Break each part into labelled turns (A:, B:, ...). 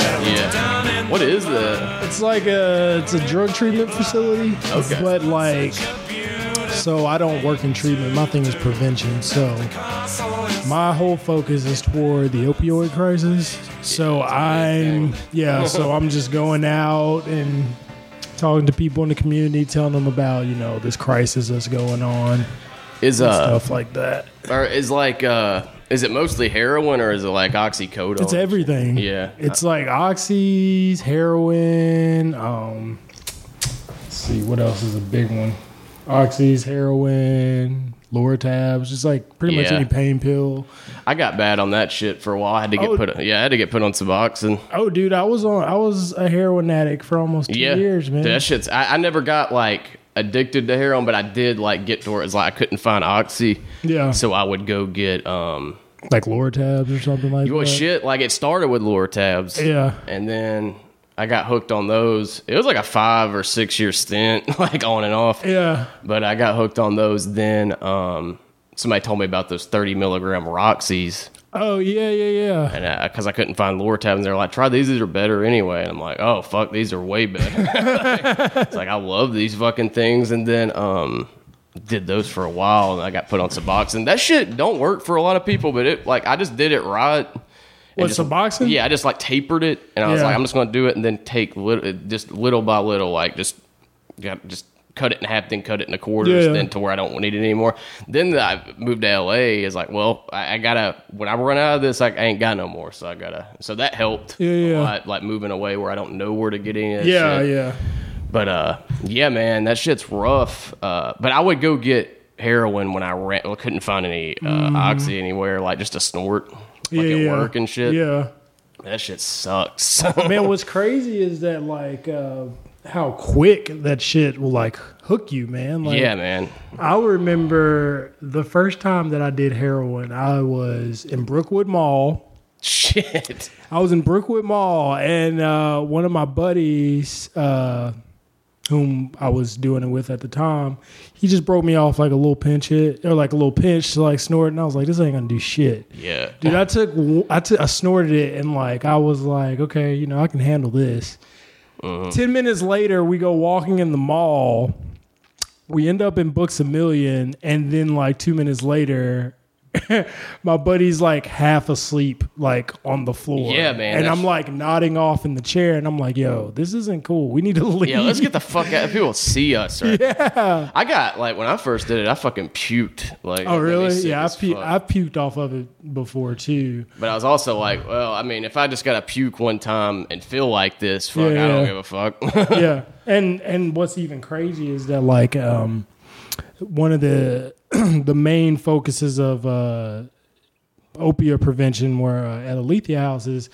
A: Yeah. What is the?
B: It's like a it's a drug treatment facility.
A: Okay.
B: But like so I don't work in treatment. My thing is prevention. So my whole focus is toward the opioid crisis. So I'm yeah, so I'm just going out and talking to people in the community telling them about, you know, this crisis that's going on,
A: Is uh,
B: stuff like that.
A: or is like uh, is it mostly heroin or is it like oxycodone?
B: It's everything.
A: Yeah.
B: It's like oxys, heroin. Um, let's see, what else is a big one? Oxys, heroin, Loratabs, just like pretty much
A: Yeah.
B: any pain pill.
A: I got bad on that shit for a while. I had to get
B: Oh.
A: put. Yeah, I had to get put on Suboxone.
B: Oh, dude, I was on. I was a heroin addict for almost two
A: Yeah,
B: years, man.
A: Dude, that shit's. I, I never got like addicted to heroin, but I did like get to where it's like I couldn't find oxy.
B: Yeah.
A: So I would go get um.
B: like Loratabs or something like
A: You know,
B: that.
A: shit. Like it started with lure tabs.
B: Yeah.
A: And then I got hooked on those. It was like a five or six year stint, like on and off.
B: Yeah.
A: But I got hooked on those. Then um, somebody told me about those 30 milligram Roxys.
B: Oh yeah, yeah, yeah.
A: And because I couldn't find lure tabs, and they're like, try these. These are better anyway. And I'm like, oh, fuck, these are way better. it's like, I love these fucking things. And then um, did those for a while. And I got put on Suboxone. That shit don't work for a lot of people, but it, like, I just did it right. And
B: What
A: just-
B: Suboxone?
A: Yeah, I just like tapered it, and I was
B: Yeah.
A: like, I'm just gonna do it, and then take little, just little by little, like just, got just cut it in half, then cut it into quarters,
B: Yeah.
A: then to where I don't need it anymore. Then I moved to LA. Is like, well, I, I gotta when I run out of this, like, I ain't got no more, so I gotta. So that helped.
B: Yeah,
A: a
B: yeah.
A: lot, like moving away where I don't know where to get in.
B: Yeah, yeah.
A: But uh, yeah, man, that shit's rough. Uh, but I would go get heroin when I ran. Well, couldn't find any uh, oxy anywhere, like just a snort, like
B: Mm. Yeah,
A: at
B: yeah.
A: work and shit.
B: Yeah.
A: That shit sucks.
B: Man, what's crazy is that like uh, how quick that shit will like hook you, man. Like,
A: yeah, man.
B: I remember the first time that I did heroin, I was in Brookwood Mall.
A: Shit.
B: I was in Brookwood Mall, and uh, one of my buddies, uh, whom I was doing it with at the time, he just broke me off like a little pinch hit or like a little pinch to like snort, and I was like, "This ain't gonna do shit."
A: Yeah.
B: Dude, I took I took I snorted it and like I was like, okay, you know, I can handle this.
A: Uh-huh.
B: Ten minutes later, we go walking in the mall. We end up in Books a Million, and then like two minutes later, my buddy's like half asleep, like on the floor.
A: Yeah, man,
B: And
A: that's-
B: I'm like nodding off in the chair, and I'm like, yo, this isn't cool. We need to leave.
A: Yeah, let's get the fuck out. People see us, right? Yeah. I got like when I first did it, I fucking puked. Like,
B: Oh
A: it made me
B: really?
A: sick
B: Yeah, I,
A: as
B: pu-
A: fuck.
B: I puked off of it before too.
A: But I was also like, well, I mean, if I just gotta puke one time and feel like this, fuck,
B: Yeah,
A: I don't
B: yeah.
A: give a fuck.
B: yeah and and what's even crazy is that like um one of the the main focuses of uh opioid prevention where uh, at Alethea House is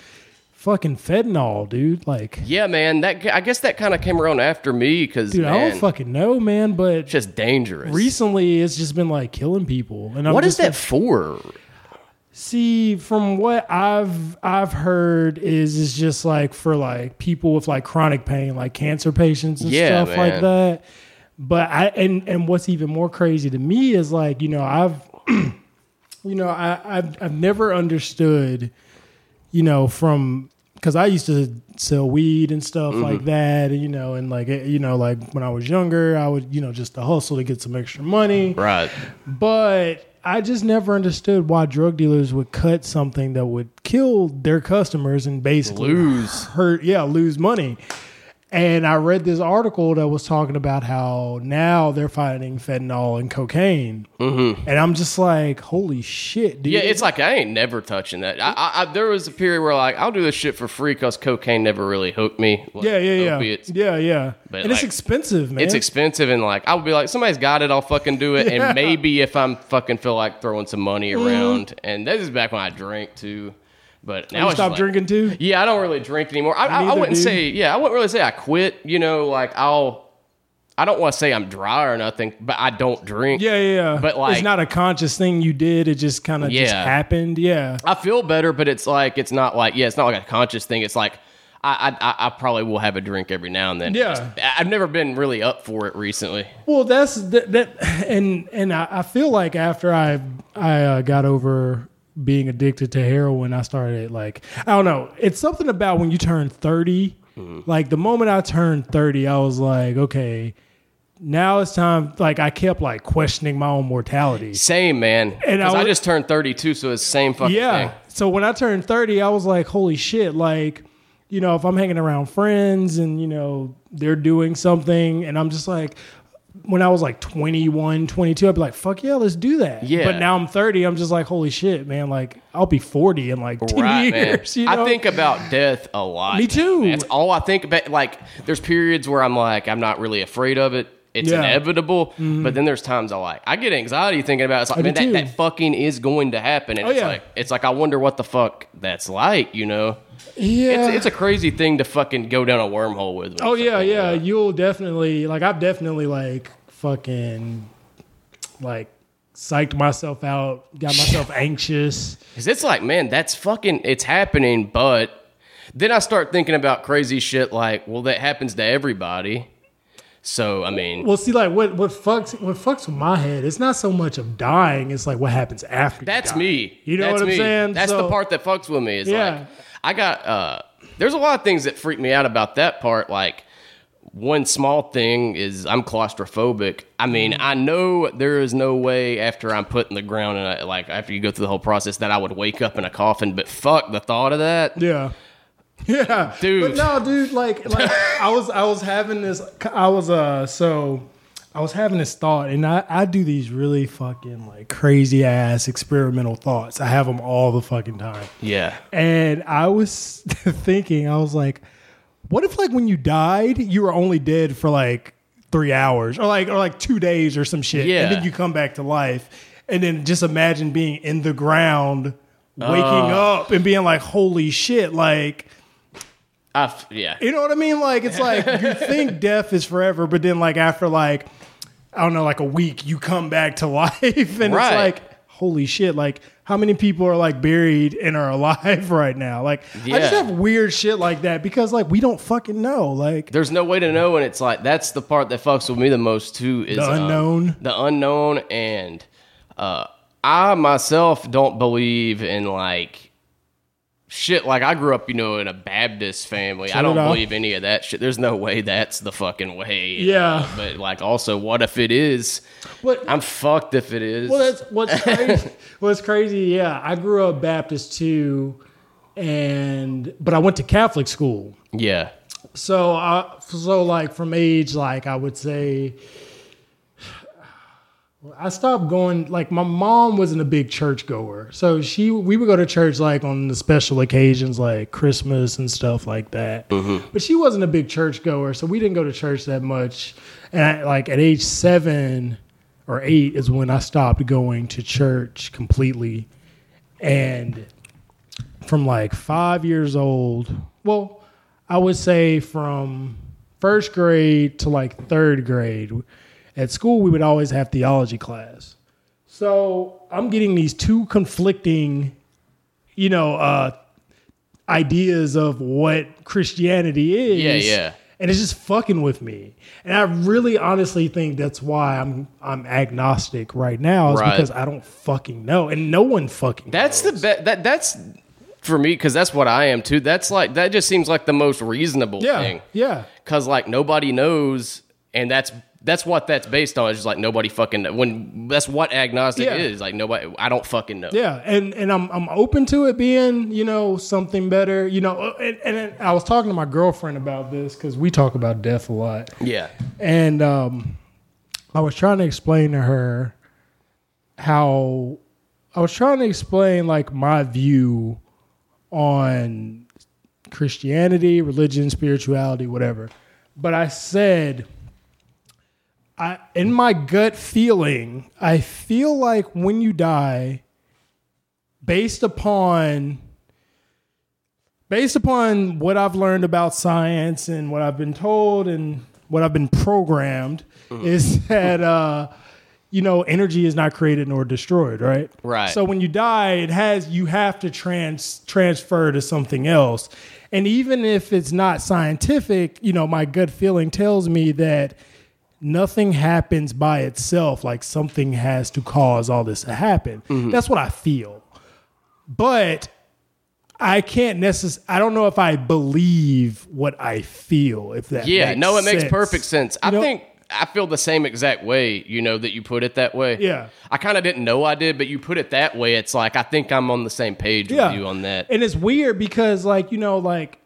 B: fucking fentanyl dude like
A: yeah, man. That I guess that kind of came around after me because
B: dude I don't
A: man,
B: fucking know man but
A: it's just dangerous.
B: recently it's just been like killing people and I'm
A: what
B: just
A: is that for?
B: See, from what I've I've heard is is just like for like people with like chronic pain, like cancer patients and
A: Yeah,
B: stuff like
A: man.
B: that. But I and and what's even more crazy to me is like you know I've you know I I've, I've never understood you know from because I used to sell weed and stuff
A: Mm-hmm.
B: like that you know and like it- you know like when I was younger I would you know just to hustle to get some extra money
A: Right.
B: but I just never understood why drug dealers would cut something that would kill their customers and basically
A: Lose.
B: hurt, yeah, lose money. And I read this article that was talking about how now they're finding fentanyl and cocaine, mm-hmm. and I'm just like, holy shit, dude!
A: Yeah, it's like I ain't never touching that. I, I, I there was a period where like I'll do this shit for free because cocaine never really hooked me. Like,
B: yeah, yeah, yeah,
A: opiates.
B: yeah, yeah.
A: But
B: and it's
A: like-
B: expensive, man.
A: It's expensive and like I would be like somebody's got it, I'll fucking do it,
B: Yeah. Mm-hmm.
A: and maybe if I'm fucking feel like throwing some money around. And this is back when I drank too, but now
B: You
A: it's just
B: stop
A: like-
B: drinking too.
A: Yeah, I don't really drink anymore. I, I, I
B: Neither,
A: wouldn't
B: dude.
A: say yeah, I wouldn't really say I quit. You know, like I'll I don't want to say I'm dry or nothing, but I don't drink.
B: Yeah, yeah, yeah.
A: But,
B: it's
A: like-
B: not a conscious thing you did. It just kind of just
A: Yeah.
B: happened. Yeah,
A: I feel better, but it's like it's not like yeah, it's not like a conscious thing. It's like I I- I, I probably will have a drink every now and then.
B: Yeah.
A: Just- I- I've never been really up for it recently.
B: Well, that's that, that and and I, I feel like after I I uh, got over being addicted to heroin, I started at, like I don't know. It's something about when you turn 30 Like the moment I turned thirty, I was like, okay, now it's time. Like I kept like questioning my own mortality.
A: Same man.
B: And I
A: 'Cause I,
B: was-
A: just turned 32, so it's the same fucking
B: Yeah.
A: thing.
B: So when I turned 30, I was like, holy shit, like, you know, if I'm hanging around friends and, you know, they're doing something and I'm just like, when I was like 21, 22, I'd be like, fuck yeah, let's do that.
A: Yeah.
B: But now I'm 30, I'm just like, holy shit, man, like, I'll be 40 in like 10
A: Right,
B: years.
A: man.
B: you know?
A: I think about death a lot.
B: Me
A: now,
B: too.
A: man. It's all I think about. Like, there's periods where I'm like, I'm not really afraid of it. It's
B: Yeah. Mm-hmm.
A: inevitable. But then there's times I like, I get anxiety thinking about it. It's like,
B: I do
A: man,
B: too.
A: that, that fucking is going to happen. And
B: Oh,
A: it's
B: yeah.
A: like, it's like I wonder what the fuck that's like. You know,
B: yeah.
A: it's, it's a crazy thing to fucking go down a wormhole with.
B: Oh yeah, yeah. You'll definitely like I've definitely like fucking like psyched myself out, got myself anxious.
A: Cause it's like, man, that's fucking, it's happening. But then I start thinking about crazy shit like, well, that happens to everybody. So I mean,
B: Well, see, like what what fucks what fucks with my head. It's not so much of dying. It's like what happens after. you
A: That's
B: die.
A: me.
B: You know
A: That's
B: what I'm
A: me.
B: saying?
A: That's
B: So-
A: the part that fucks with me. Is
B: Yeah.
A: like I got uh there's a lot of things that freak me out about that part. Like one small thing is I'm claustrophobic. I mean,
B: Mm.
A: I know there is no way after I'm put in the ground and I, like after you go through the whole process that I would wake up in a coffin, but fuck the thought of that.
B: Yeah. Yeah.
A: Dude.
B: But no, dude, like like I was I was having this I was uh so I was having this thought and I I do these really fucking like crazy ass experimental thoughts. I have them all the fucking time.
A: Yeah.
B: And I was thinking, I was like, what if like when you died, you were only dead for like three hours or like or like two days or some shit. And
A: Yeah.
B: then you come back to life. And then just imagine being in the ground, waking up and being like, holy shit, like
A: I f- yeah.
B: you know what I mean? Like it's like you think death is forever, but then like after like I don't know, like a week, you come back to life, and
A: Right.
B: it's like holy shit! Like how many people are like buried and are alive right now? Like I just
A: Yeah.
B: have weird shit like that because like we don't fucking know. Like
A: There's no way to know, and it's like that's the part that fucks with me the most too. Is
B: The
A: um,
B: unknown.
A: the unknown, and uh, I myself don't believe in like shit. Like I grew up, you know, in a Baptist family. I
B: did
A: don't
B: I.
A: believe any of that shit. There's no way that's the fucking way. you
B: Yeah.
A: know? but like, also, what if it is?
B: what?
A: I'm fucked if it is.
B: Well, that's what's crazy. what's crazy? Yeah, I grew up Baptist too, and but I went to Catholic school.
A: yeah,
B: So, uh, so like from age, like I would say, I stopped going. Like my mom wasn't a big church goer, so she we would go to church like on the special occasions, like Christmas and stuff like that. But she wasn't a big church goer, so we didn't go to church that much. And I, like at age seven or eight is when I stopped going to church completely, and from like five years old. Well, I would say from first grade to like third grade. At school, we would always have theology class. So I'm getting these two conflicting, you know, uh, ideas of what Christianity is.
A: Yeah, yeah.
B: And it's just fucking with me. And I really honestly think that's why I'm I'm agnostic right now is
A: Right.
B: because I don't fucking know. And no one fucking
A: that's the be- that that's for me because that's what I am too. That's like that just seems like the most reasonable
B: yeah,
A: thing.
B: Yeah.
A: because like nobody knows, and that's that's what that's based on. It's just like nobody fucking know. when that's what agnostic
B: Yeah.
A: is. Like nobody, I don't fucking know.
B: Yeah, and and I'm I'm open to it being you know something better. You know, uh, and, and I was talking to my girlfriend about this because we talk about death a lot,
A: Yeah,
B: and um, I was trying to explain to her how I was trying to explain like my view on Christianity, religion, spirituality, whatever. But I said, I in my gut feeling, I feel like when you die, based upon based upon what I've learned about science and what I've been told and what I've been programmed, is that uh, you know energy is not created nor destroyed, right?
A: Right.
B: So when you die, it has you have to trans transfer to something else. And even if it's not scientific, you know, my gut feeling tells me that nothing happens by itself. Like something has to cause all this to happen. That's what I feel. but I can't necessarily. I don't know if I believe what I feel. If that
A: Yeah,
B: makes
A: no, it makes
B: sense.
A: perfect sense. I
B: know-
A: think I feel the same exact way, you know, that you put it that way.
B: Yeah.
A: I kind of didn't know I did, but you put it that way. It's like, I think I'm on the same page
B: Yeah.
A: with you on that.
B: And it's weird because, like, you know, like,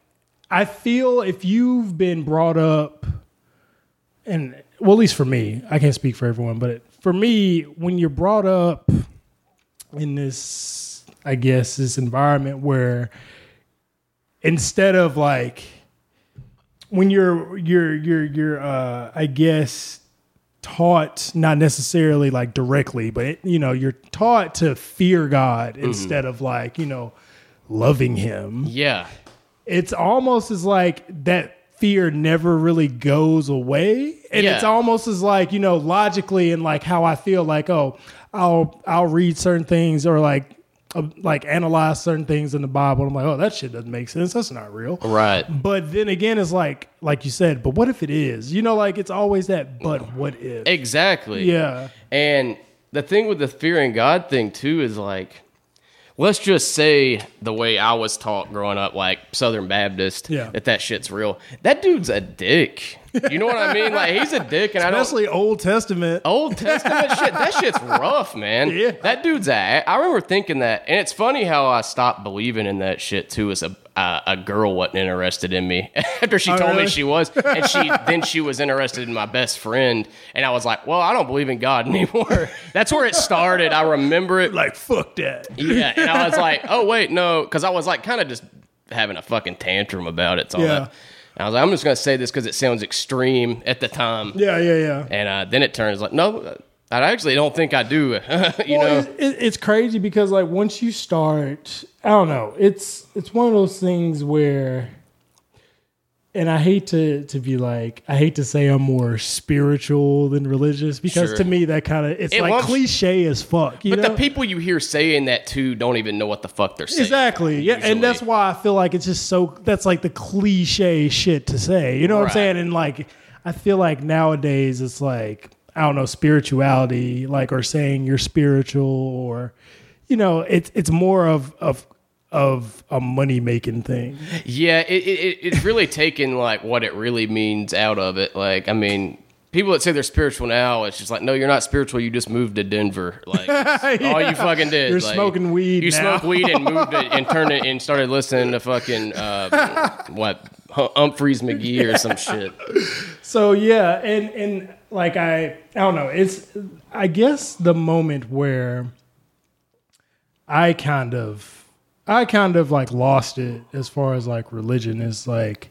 B: I feel if you've been brought up, and well, at least for me, I can't speak for everyone, but for me, when you're brought up in this, I guess, this environment where instead of like, when you're, you're, you're, you're, uh, I guess, taught not necessarily like directly but it, you know you're taught to fear god instead of like you know loving him
A: yeah.
B: it's almost as like that fear never really goes away and
A: Yeah.
B: it's almost as like you know logically and like how i feel like oh i'll i'll read certain things or like uh, like analyze certain things in the bible i'm like oh that shit doesn't make sense that's not real
A: Right.
B: but then again it's like like you said but what if it is you know like it's always that but what if
A: Exactly.
B: yeah
A: And the thing with the fearing God thing too is like, let's just say the way I was taught growing up, like Southern Baptist,
B: Yeah.
A: that that shit's real. That dude's a dick. You know what I mean? Like he's a dick, and I don't.
B: Especially Old Testament.
A: Old Testament shit. That shit's rough, man.
B: Yeah.
A: That dude's a. I remember thinking that, and it's funny how I stopped believing in that shit too. As a uh, a girl wasn't interested in me after she told
B: Oh, really?
A: me she was, and she then she was interested in my best friend, and I was like, well, I don't believe in God anymore. That's where it started. I remember it.
B: Like fuck that.
A: Yeah, and I was like, oh wait, no, because I was like kind of just having a fucking tantrum about it. So
B: Yeah.
A: that. And I was like, I'm just gonna say this because it sounds extreme at the time.
B: Yeah, yeah, yeah.
A: And uh, then it turns like, no, I actually don't think I do. you
B: Well,
A: know?
B: it's, it, it's crazy because like once you start, I don't know. It's it's one of those things where, and I hate to to be like I hate to say I'm more spiritual than religious because
A: Sure.
B: to me that kind of it's
A: It
B: like
A: wants-
B: cliche as fuck. You
A: But
B: know?
A: the people you hear saying that to don't even know what the fuck they're saying.
B: Exactly. Yeah,
A: usually.
B: and that's why I feel like it's just so that's like the cliche shit to say. You know what
A: Right.
B: I'm saying? And like I feel like nowadays it's like I don't know spirituality like or saying you're spiritual or you know, it's it's more of of of a money making thing.
A: Yeah, it, it, it- it's really taken like what it really means out of it. Like, I mean, people that say they're spiritual now, it's just like, no, you're not spiritual. You just moved to Denver. Like, that's all you
B: Yeah.
A: fucking did.
B: You're
A: Like,
B: smoking weed
A: You
B: now.
A: smoked weed and moved it and turned it and started listening to fucking uh, what Hum- Humphreys McGee or some shit.
B: So yeah, and and like I I don't know, it's I guess the moment where I kind of I kind of like lost it as far as like religion is like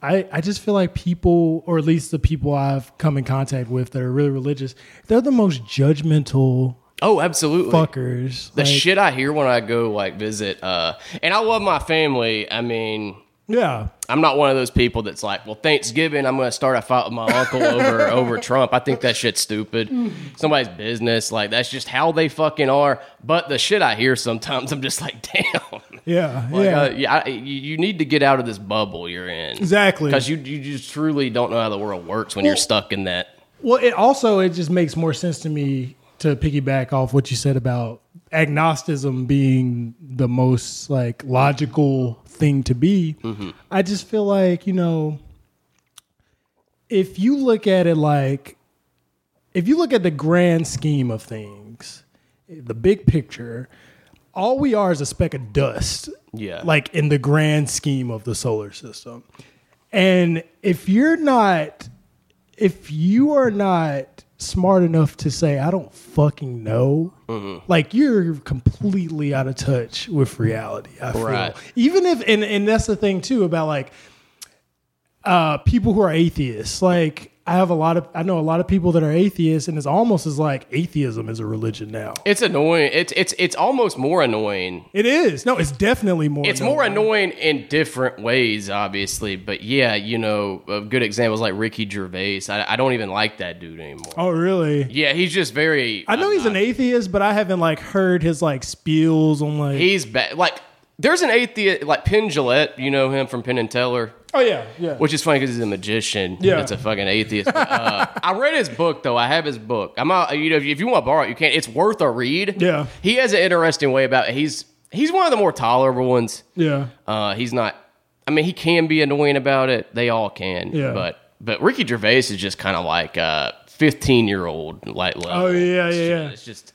B: I I just feel like people or at least the people I've come in contact with that are really religious, they're the most judgmental
A: Oh, absolutely.
B: fuckers.
A: the
B: Like,
A: shit I hear when I go like visit uh and I love my family. I mean,
B: Yeah.
A: I'm not one of those people that's like, well, Thanksgiving, I'm going to start a fight with my uncle over over Trump. I think that shit's stupid. Somebody's business, like that's just how they fucking are. But the shit I hear sometimes, I'm just like, damn,
B: Yeah.
A: Like,
B: yeah.
A: uh, yeah, I, you you need to get out of this bubble you're in
B: Exactly.
A: because you you just truly don't know how the world works when you're stuck in that.
B: Well, it also it just makes more sense to me to piggyback off what you said about agnosticism being the most like logical thing to be. I just feel like, you know, if you look at it like if you look at the grand scheme of things, the big picture, all we are is a speck of dust
A: Yeah,
B: like in the grand scheme of the solar system. And if you're not, if you are not smart enough to say, I don't fucking know,
A: Mm-hmm.
B: like you're completely out of touch with reality. I feel.
A: Right.
B: Even if, and, and that's the thing too about like uh, people who are atheists. Like, I have a lot of, I know a lot of people that are atheists, and it's almost as like atheism is a religion now.
A: it's annoying. It's it's it's almost more annoying
B: It is. No, it's definitely more.
A: It's more
B: annoying.
A: annoying in different ways, obviously, but yeah, you know, a good example is like Ricky Gervais. I, I don't even like that dude anymore.
B: Oh, really?
A: Yeah, he's just very. uh,
B: I know he's an atheist, but I haven't like heard his like spiels on like.
A: he's bad. Like, there's an atheist like Penn Gillette. You know him from Penn and Teller,
B: oh yeah, yeah.
A: which is funny because he's a magician.
B: Yeah.
A: that's a fucking atheist. But, uh, I read his book though. I have his book. I'm out. You know, if you want to borrow it, you can't. It's worth a read.
B: Yeah.
A: he has an interesting way about. He's he's one of the more tolerable ones.
B: Yeah.
A: Uh, he's not. I mean, he can be annoying about it. They all can.
B: Yeah.
A: But but Ricky Gervais is just kind of like a fifteen year old light level.
B: Oh, yeah,
A: It's
B: yeah,
A: ju-
B: yeah.
A: It's just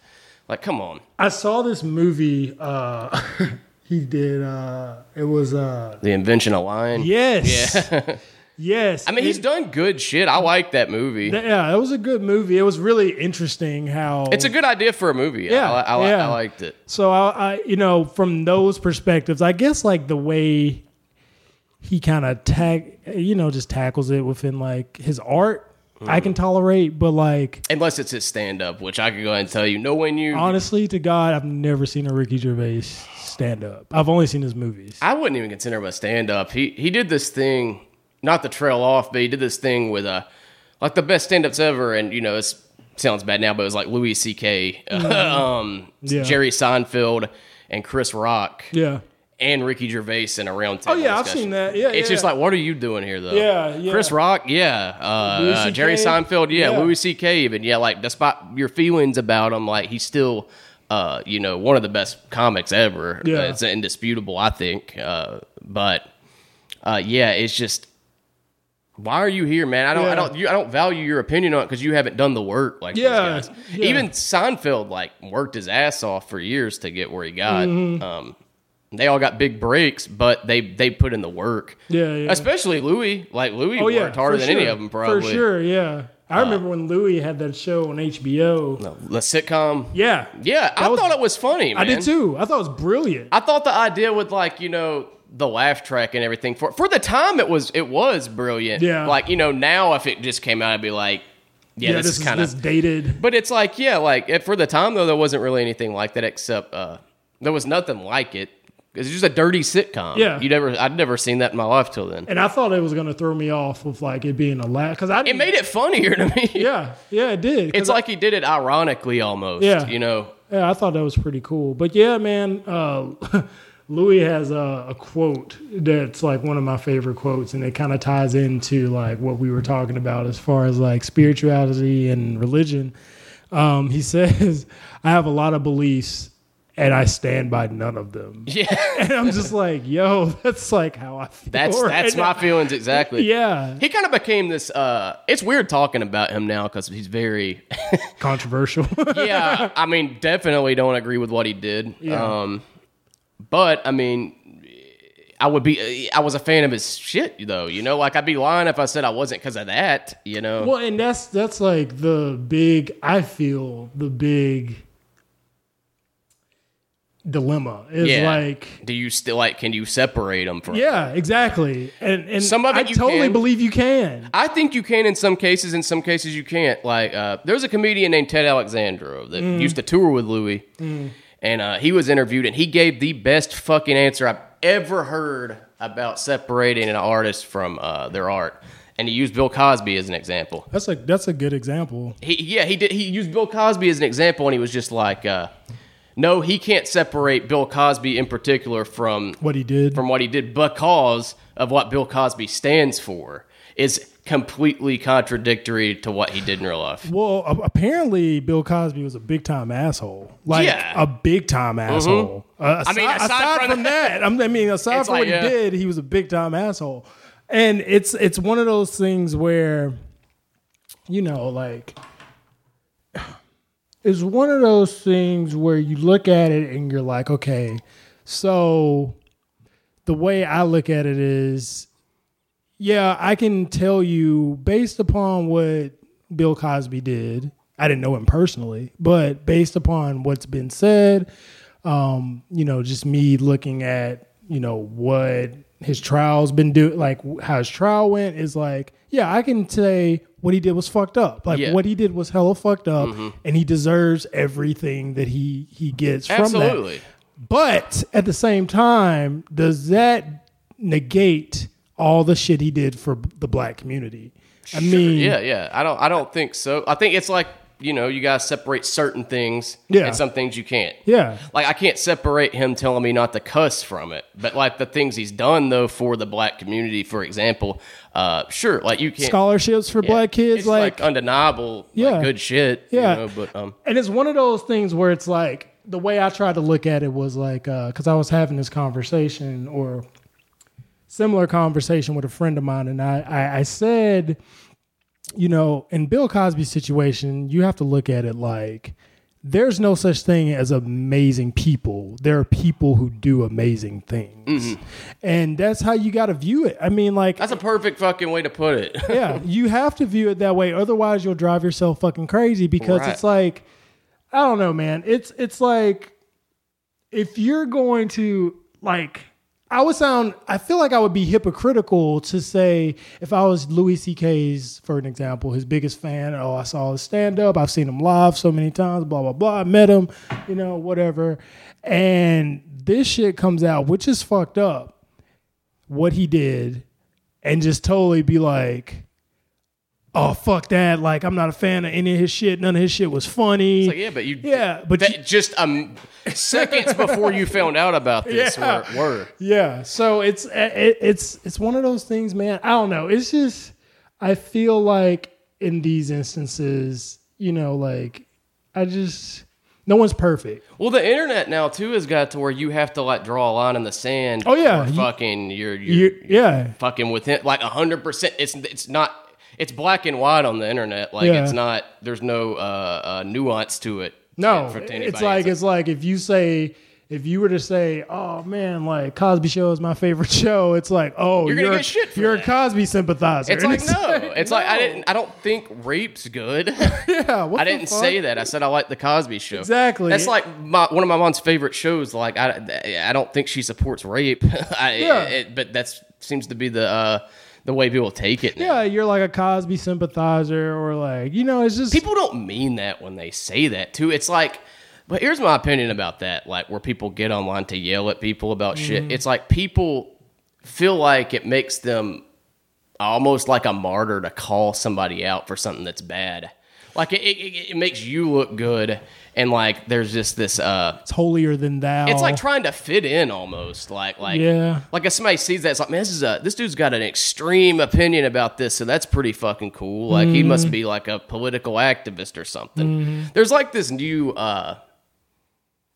A: like, come on,
B: I saw this movie uh he did uh it was uh
A: the invention of lying.
B: Yes. yes.
A: I mean, he's
B: It-
A: done good shit. I like that movie.
B: that- yeah, it was a good movie. It was really interesting how
A: it's a good idea for a movie.
B: Yeah,
A: I, I, I,
B: yeah.
A: I liked it.
B: So I, I, you know, from those perspectives, I guess like the way he kind of tag, you know, just tackles it within like his art, I
A: Mm.
B: can tolerate. But like
A: Unless it's his stand up, which I can go ahead and tell you, no one knew.
B: honestly, to God, I've never seen a Ricky Gervais stand up. I've only seen his movies.
A: I wouldn't even consider him a stand up. He he did this thing, not the trail off, but he did this thing with uh like the best stand ups ever, and you know it sounds bad now, but it was like Louis C.K., um,
B: Yeah.
A: Jerry Seinfeld, and Chris Rock,
B: Yeah,
A: and Ricky Gervais in a round table.
B: Oh, yeah, I've
A: discussion.
B: seen that. Yeah,
A: it's
B: yeah.
A: just like what are you doing here though?
B: Yeah, yeah.
A: Chris Rock, yeah,
B: Louis
A: uh, uh,
B: CK?
A: Jerry Seinfeld, yeah,
B: Yeah.
A: Louis C.K. Even yeah, like despite your feelings about him, like he's still. Uh, you know, one of the best comics ever.
B: Yeah.
A: It's indisputable, I think. Uh, but uh, yeah, it's just why are you here, man? I don't,
B: Yeah.
A: I don't, you, I don't value your opinion on it because you haven't done the work like
B: Yeah,
A: these guys.
B: yeah.
A: Even Seinfeld like worked his ass off for years to get where he got.
B: Mm-hmm.
A: Um, they all got big breaks, but they they put in the work.
B: yeah, yeah.
A: Especially Louis, like Louis
B: oh yeah,
A: worked harder
B: for
A: than any
B: sure.
A: of them probably. Uh,
B: For sure, yeah. I remember when Louis had that show on HBO.
A: The sitcom, yeah,
B: Yeah,
A: I
B: was-
A: thought it was funny. Man.
B: I did too. I thought it was brilliant.
A: I thought the idea with like you know the laugh track and everything for for the time it was it was brilliant.
B: Yeah.
A: Like you know now if it just came out I'd be like, yeah, this, is kind
B: this
A: of.
B: dated.
A: But it's like yeah, like it, for the time though there wasn't really anything like that except uh there was nothing like it. It's just a dirty sitcom.
B: Yeah.
A: you never I'd never seen that in my life till then.
B: And I thought it was gonna throw me off with like it being a laugh because I
A: It
B: didn't,
A: made it funnier to me.
B: yeah yeah it did 'Cause
A: It's like he did it ironically almost.
B: Yeah.
A: You know.
B: Yeah, I thought that was pretty cool. But yeah, man, uh, Louis has a, a quote that's like one of my favorite quotes, and it kind of ties into like what we were talking about as far as like spirituality and religion. Um, he says, "I have a lot of beliefs." And I stand by none of them.
A: Yeah.
B: And I'm just like, yo, that's like how I feel.
A: That's
B: right
A: that's
B: now.
A: my feelings exactly.
B: yeah
A: He kind of became this. uh It's weird talking about him now because he's very
B: controversial.
A: yeah, I mean, definitely don't agree with what he did.
B: Yeah.
A: Um, but I mean, I would be. I was a fan of his shit, though. You know, like I'd be lying if I said I wasn't because of that. You know,
B: Well, and that's that's like the big I feel the big dilemma is
A: Yeah.
B: like
A: do you still like? Can you separate them from?
B: yeah, exactly. And and
A: Some of it
B: I
A: you
B: totally
A: can.
B: believe you can.
A: I think you can in some cases. In some cases, you can't. Like, uh, there's a comedian named Ted Alexandro that used to tour with Louis, and uh, he was interviewed, and he gave the best fucking answer I've ever heard about separating an artist from uh, their art. And he used Bill Cosby as an example.
B: That's like that's a good example.
A: He, yeah, he did. He used Bill Cosby as an example, and he was just like, uh, "No, he can't separate Bill Cosby in particular from
B: What he did.
A: from what he did because of what Bill Cosby stands for is completely contradictory to what he did in real life."
B: well, a- apparently Bill Cosby was a big time asshole. Like
A: Yeah. Mm-hmm.
B: a big time asshole. Uh, aside,
A: I mean, aside
B: from,
A: from
B: that, I'm- I mean, aside
A: It's
B: from what
A: like, yeah.
B: he did, he was a big time asshole. And it's it's one of those things where, you know, like it's one of those things where you look at it and you're like, okay, so the way I look at it is, yeah, I can tell you based upon what Bill Cosby did. I didn't know him personally, but based upon what's been said, um, you know, just me looking at, you know, what his trial's been doing, like w- how his trial went is like, yeah, I can say what he did was fucked up. Like
A: Yeah. Mm-hmm.
B: what he did was hella fucked up and he deserves everything that he he gets from that.
A: Absolutely.
B: But at the same time, does that negate all the shit he did for b- the black community? I mean,
A: Yeah, yeah. I don't. I don't think so. I think it's like you know, you gotta separate certain things,
B: Yeah.
A: and some things you can't.
B: yeah,
A: Like I can't separate him telling me not to cuss from it, but like the things he's done though for the black community, for example, uh, sure, like you can't
B: scholarships for black kids,
A: it's
B: like,
A: like, undeniable, like,
B: Yeah.
A: good shit,
B: Yeah.
A: You know, but um,
B: and it's one of those things where it's like, the way I tried to look at it was like because I was having this conversation or similar conversation with a friend of mine, and I, I I said, you know, in Bill Cosby's situation, you have to look at it like there's no such thing as amazing people. There are people who do amazing things, and that's how you got to view it. I mean, like
A: That's a perfect fucking way to put it.
B: yeah, you have to view it that way. Otherwise, you'll drive yourself fucking crazy because
A: Right.
B: it's like, I don't know, man. It's it's like if you're going to like, I would sound. I feel like I would be hypocritical to say if I was Louis C.K.'s, for an example, his biggest fan. Oh, I saw his stand up. I've seen him live so many times. Blah blah blah. I met him, you know, whatever. And this shit comes out, which is fucked up what he did and just totally be like, oh, fuck that. Like, I'm not a fan of any of his shit. None of his shit was funny.
A: It's like, yeah, but you.
B: Yeah, but
A: that,
B: you-
A: just um seconds before you found out about this
B: Yeah.
A: were, were
B: yeah. So it's, it, it's, it's one of those things, man. I don't know. It's just, I feel like in these instances, you know, like, I just, no one's perfect.
A: well, the internet now too has got to where you have to like draw a line in the sand.
B: Oh, yeah.
A: or
B: You-
A: fucking you're you're,
B: You, yeah.
A: fucking with it like hundred percent. It's it's not it's black and white on the internet. Like
B: Yeah.
A: it's not there's no uh, uh, nuance to it.
B: No,
A: for- to anybody.
B: it's like it's like if you say if you were to say, "Oh man, like Cosby Show is my favorite show," it's like, "Oh,
A: You're gonna
B: a-
A: get shit for
B: you're a
A: that.
B: Cosby sympathizer."
A: It's
B: And
A: like no. It's like I
B: no.
A: didn't. I don't think rape's good.
B: Yeah, what
A: I
B: the
A: didn't
B: fuck?
A: say that. I said I like the Cosby Show.
B: Exactly.
A: That's like my, one of my mom's favorite shows. Like I, I don't think she supports rape. I,
B: Yeah.
A: it- but that's seems to be the uh, the way people take it. now.
B: Yeah, you're like a Cosby sympathizer, or like you know, it's just
A: People don't mean that when they say that too. It's like, but here's my opinion about that. Like where people get online to yell at people about shit. It's like people feel like it makes them almost like a martyr to call somebody out for something that's bad. Like it, it, it- it makes you look good, and like there's just this. Uh,
B: it's holier than thou.
A: it's like trying to fit in almost. Like like
B: Oh. Yeah.
A: Like if somebody sees that, it's like man, this is a this dude's got an extreme opinion about this, so that's pretty fucking cool. Like he
B: Mm-hmm.
A: must be like a political activist or something. There's like this new uh,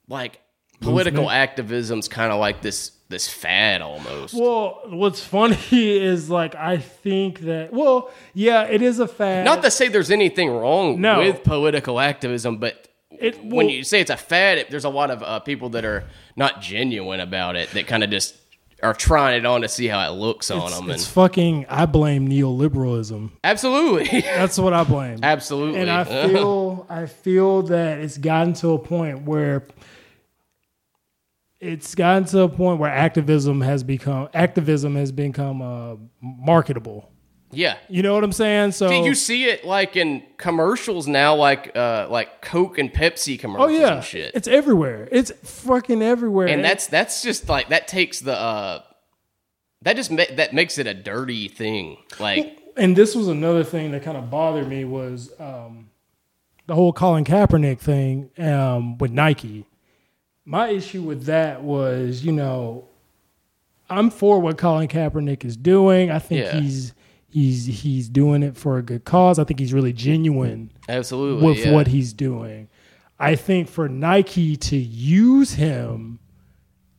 A: like political activism's kind of like this this fad almost.
B: well, what's funny is like I think that well, yeah, it is a fact.
A: Not to say there's anything wrong
B: No.
A: with political activism, but
B: It-
A: when
B: well-
A: you say it's a fad, it, there's a lot of uh, people that are not genuine about it that kind of just are trying it on to see how it looks on
B: it's,
A: them.
B: it's
A: And
B: fucking. I blame neoliberalism.
A: absolutely,
B: That's what I blame.
A: absolutely.
B: and I feel I feel that it's gotten to a point where it's gotten to a point where activism has become activism has become uh, marketable.
A: yeah.
B: You know what I'm saying? So oh,
A: Did you see it like in commercials now, like uh, like Coke and Pepsi
B: oh
A: commercials
B: yeah,
A: and shit?
B: it's everywhere. It's fucking everywhere.
A: and that's that's just like that takes the uh, that just ma- that makes it a dirty thing. Like
B: and this was another thing that kind of bothered me was um, the whole Colin Kaepernick thing um, with Nike. My issue with that was, you know, I'm for what Colin Kaepernick is doing. I think
A: Yeah.
B: he's he's he's doing it for a good cause. I think he's really genuine
A: absolutely
B: with
A: yeah.
B: what he's doing. I think for Nike to use him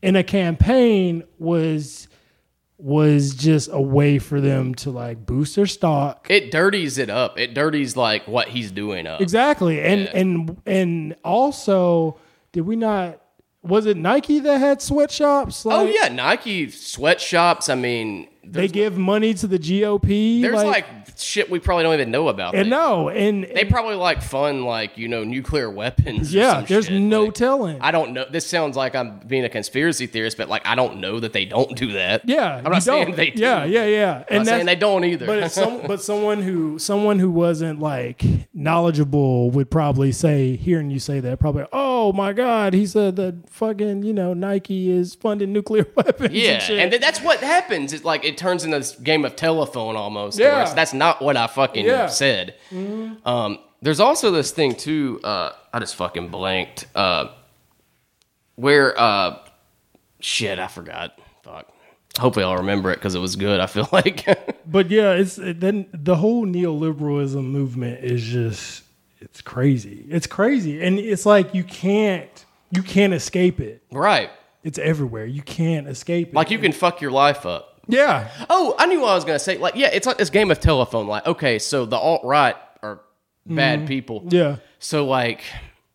B: in a campaign was was just a way for them to like boost their stock.
A: it dirties it up. It dirties like what he's doing up.
B: Exactly. And
A: Yeah.
B: and and also did we not was it Nike that had sweatshops?
A: Oh
B: Like,
A: yeah, Nike sweatshops. I mean,
B: They give money to the GOP.
A: there's like, shit we probably don't even know about.
B: and
A: that.
B: no, and
A: they probably like fun like you know nuclear weapons. or
B: yeah,
A: some
B: there's
A: shit.
B: no
A: Like,
B: telling.
A: I don't know. This sounds like I'm being a conspiracy theorist, but like I don't know that they don't do that.
B: yeah,
A: I'm not saying they do.
B: Yeah, yeah, yeah. And
A: I'm not saying
B: that's
A: they don't either.
B: but if some but someone who someone who wasn't like knowledgeable would probably say hearing you say that probably oh my god he said that fucking you know Nike is funding nuclear weapons
A: yeah,
B: and shit.
A: and then that's what happens. It's like it turns into this game of telephone almost. to
B: Yeah.
A: where it's- that's not what I fucking
B: Yeah. Mm-hmm.
A: said. Um, there's also this thing too. Uh, I just fucking blanked. Uh, where uh, shit, I forgot. Fuck. Hopefully I'll remember it because it was good. I feel like
B: but yeah it's it- then the whole neoliberalism movement is just it's crazy it's crazy and it's like you can't you can't escape it.
A: Right.
B: It's everywhere. You can't escape it.
A: Like you can fuck your life up.
B: yeah,
A: Oh, I knew what I was gonna say. Like, yeah, it's like this game of telephone. Like, okay, so the alt right are bad people.
B: Mm-hmm. yeah.
A: So like,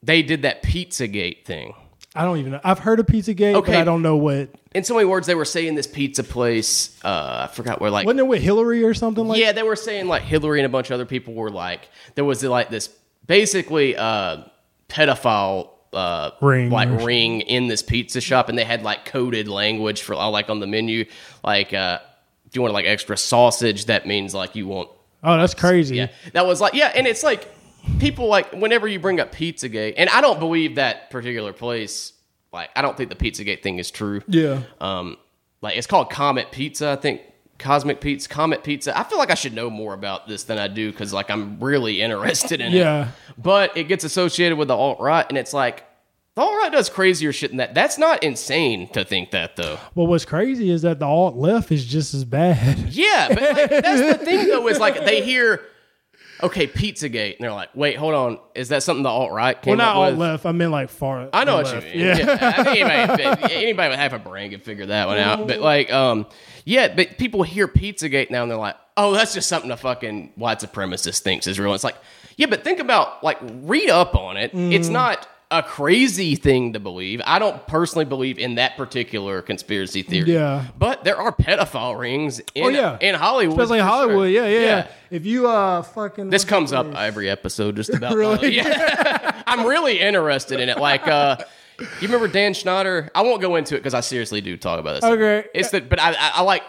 A: they did that PizzaGate thing.
B: I don't even know. I've heard of PizzaGate, but
A: Okay.
B: I don't know what.
A: In so many words, they were saying this pizza place. Uh, I forgot where. Like,
B: Wasn't it with Hillary or something like?
A: yeah, they were saying like Hillary and a bunch of other people were like there was like this basically uh, pedophile. Uh,
B: Ring
A: like
B: or-
A: ring in this pizza shop, and they had like coded language for like on the menu, like uh, if you want like extra sausage, that means like you want
B: Oh, that's crazy.
A: Yeah, that was like yeah, and it's like people like whenever you bring up Pizzagate, and I don't believe that particular place. Like I don't think the Pizzagate thing is true.
B: Yeah.
A: Um, like it's called Comet Pizza, I think. Cosmic Pizza, Comet Pizza. I feel like I should know more about this than I do because like I'm really interested in
B: Yeah.
A: it. But it gets associated with the alt right, and it's like the alt right does crazier shit than that. That's not insane to think that though.
B: But what's crazy is that the alt left is just as bad.
A: Yeah, but like, that's the thing though is like they hear, okay, Pizzagate, and they're like, wait, hold on, is that something the alt right
B: Well,
A: came
B: not
A: up
B: alt
A: with?
B: left. I mean, like far.
A: I know what
B: left.
A: you mean. Yeah, I think anybody, anybody with half a brain can figure that one out. But like, um, yeah, but people hear Pizzagate now and they're like, oh, that's just something a fucking white supremacist thinks is real. It's like, yeah, but think about like read up on it.
B: Mm.
A: It's not. A crazy thing to believe. I don't personally believe in that particular conspiracy theory.
B: Yeah.
A: but there are pedophile rings in,
B: Oh yeah.
A: in Hollywood,
B: especially in
A: for sure.
B: Hollywood. Yeah, yeah, yeah. If you uh fucking
A: This comes up every episode, just about.
B: Really?
A: Yeah. I'm really interested in it. Like, uh, you remember Dan Schneider? I won't go into it because I seriously do talk about this.
B: Okay.
A: It's the but I, I, I like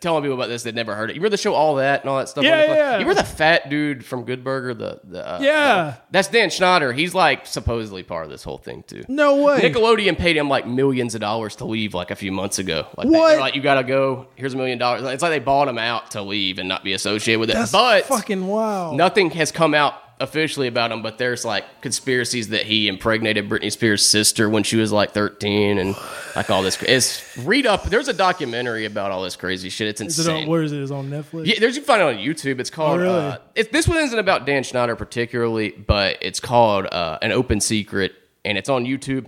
A: telling people about this that never heard it. You remember the show All That and all that stuff?
B: Yeah,
A: on Netflix?
B: yeah.
A: You remember the fat dude from Good Burger? The, the uh,
B: Yeah.
A: that's Dan Schneider. He's like supposedly part of this whole thing too.
B: No way.
A: Nickelodeon paid him like millions of dollars to leave like a few months ago. Like they-
B: What?
A: they're like, you gotta go. Here's a million dollars. It's like they bought him out to leave and not be associated with it.
B: That's
A: but
B: fucking wow.
A: nothing has come out officially about him, but there's like conspiracies that he impregnated Britney Spears' sister when she was like 13 and like all this. cra- It's read up. There's a documentary about all this crazy shit. It's
B: Is it on,
A: insane.
B: where is it? Is it on Netflix?
A: yeah, there's you can find it on YouTube. It's called.
B: Oh, really?
A: uh, it, this one isn't about Dan Schneider particularly, but it's called uh, an open secret, and it's on YouTube.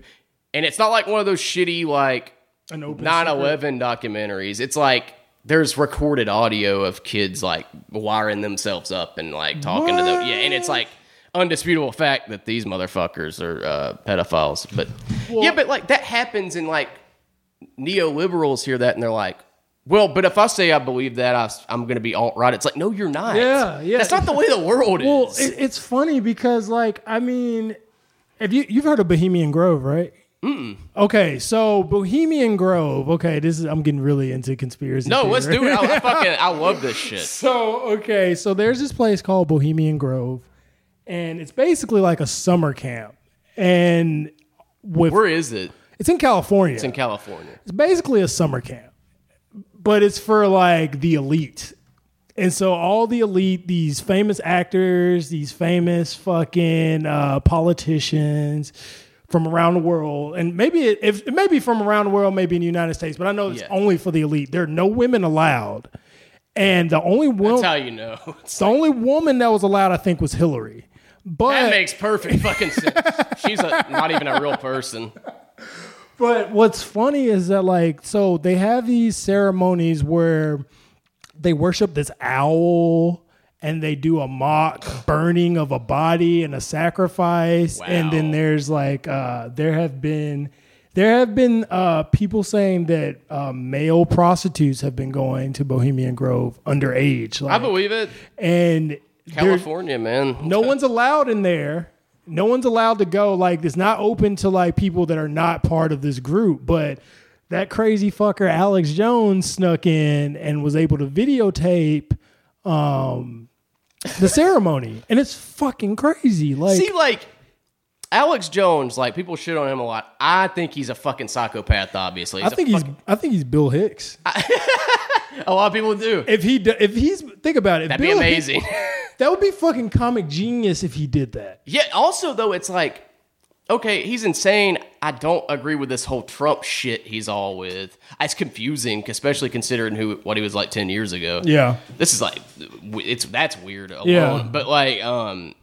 A: And it's not like one of those shitty like
B: An open
A: 9-11 documentaries it's like there's recorded audio of kids like wiring themselves up and like talking to them yeah and it's like undisputable fact that these motherfuckers are uh, pedophiles but yeah but like that happens in like neoliberals hear that and they're like well, but if I say I believe that, I, am going to be alt right. It's like, no, you're not.
B: Yeah, yeah.
A: That's not the way the world
B: Well,
A: is.
B: it, it's funny because, like, I mean, have you you've heard of Bohemian Grove, right? Mm. Okay, so Bohemian Grove. Okay, this is I'm getting really into conspiracy.
A: no,
B: theory.
A: let's do it. I, I fucking, I love this shit.
B: So okay, so there's this place called Bohemian Grove, and it's basically like a summer camp, and with
A: Where is it?
B: it's in California.
A: It's in California.
B: It's basically a summer camp, but it's for like the elite. And so all the elite, these famous actors, these famous fucking uh, politicians from around the world, and maybe it, if it may be from around the world, maybe in the United States, but I know it's
A: Yeah.
B: only for the elite. There are no women allowed, and the only
A: That's
B: woman,
A: how you know.
B: the only woman that was allowed, I think, was Hillary. But
A: That makes perfect fucking sense. She's a, not even a real person.
B: But what's funny is that like so they have these ceremonies where they worship this owl and they do a mock burning of a body and a sacrifice and then
A: Wow.
B: there's like uh there have been there have been uh people saying that uh, male prostitutes have been going to Bohemian Grove underage
A: I
B: like,
A: believe it.
B: and there-
A: California, man.
B: no one's allowed in there. No one's allowed to go. Like it's not open to like people that are not part of this group. But that crazy fucker Alex Jones snuck in and was able to videotape um the ceremony. And it's fucking crazy. Like
A: See, like Alex Jones, like people shit on him a lot. I think he's a fucking psychopath. Obviously,
B: I
A: He's a
B: think he's I think he's Bill Hicks.
A: fuck- a lot of people do.
B: if he do- if he's think about it,
A: That'd be
B: Bill Hicks-
A: amazing.
B: that would be fucking comic genius if he did that.
A: yeah. Also, though, it's like, okay, he's insane. I don't agree with this whole Trump shit he's all with. It's confusing, especially considering who what he was like ten years ago.
B: Yeah.
A: this is like w- it's that's weird alone.
B: Yeah.
A: But like, um,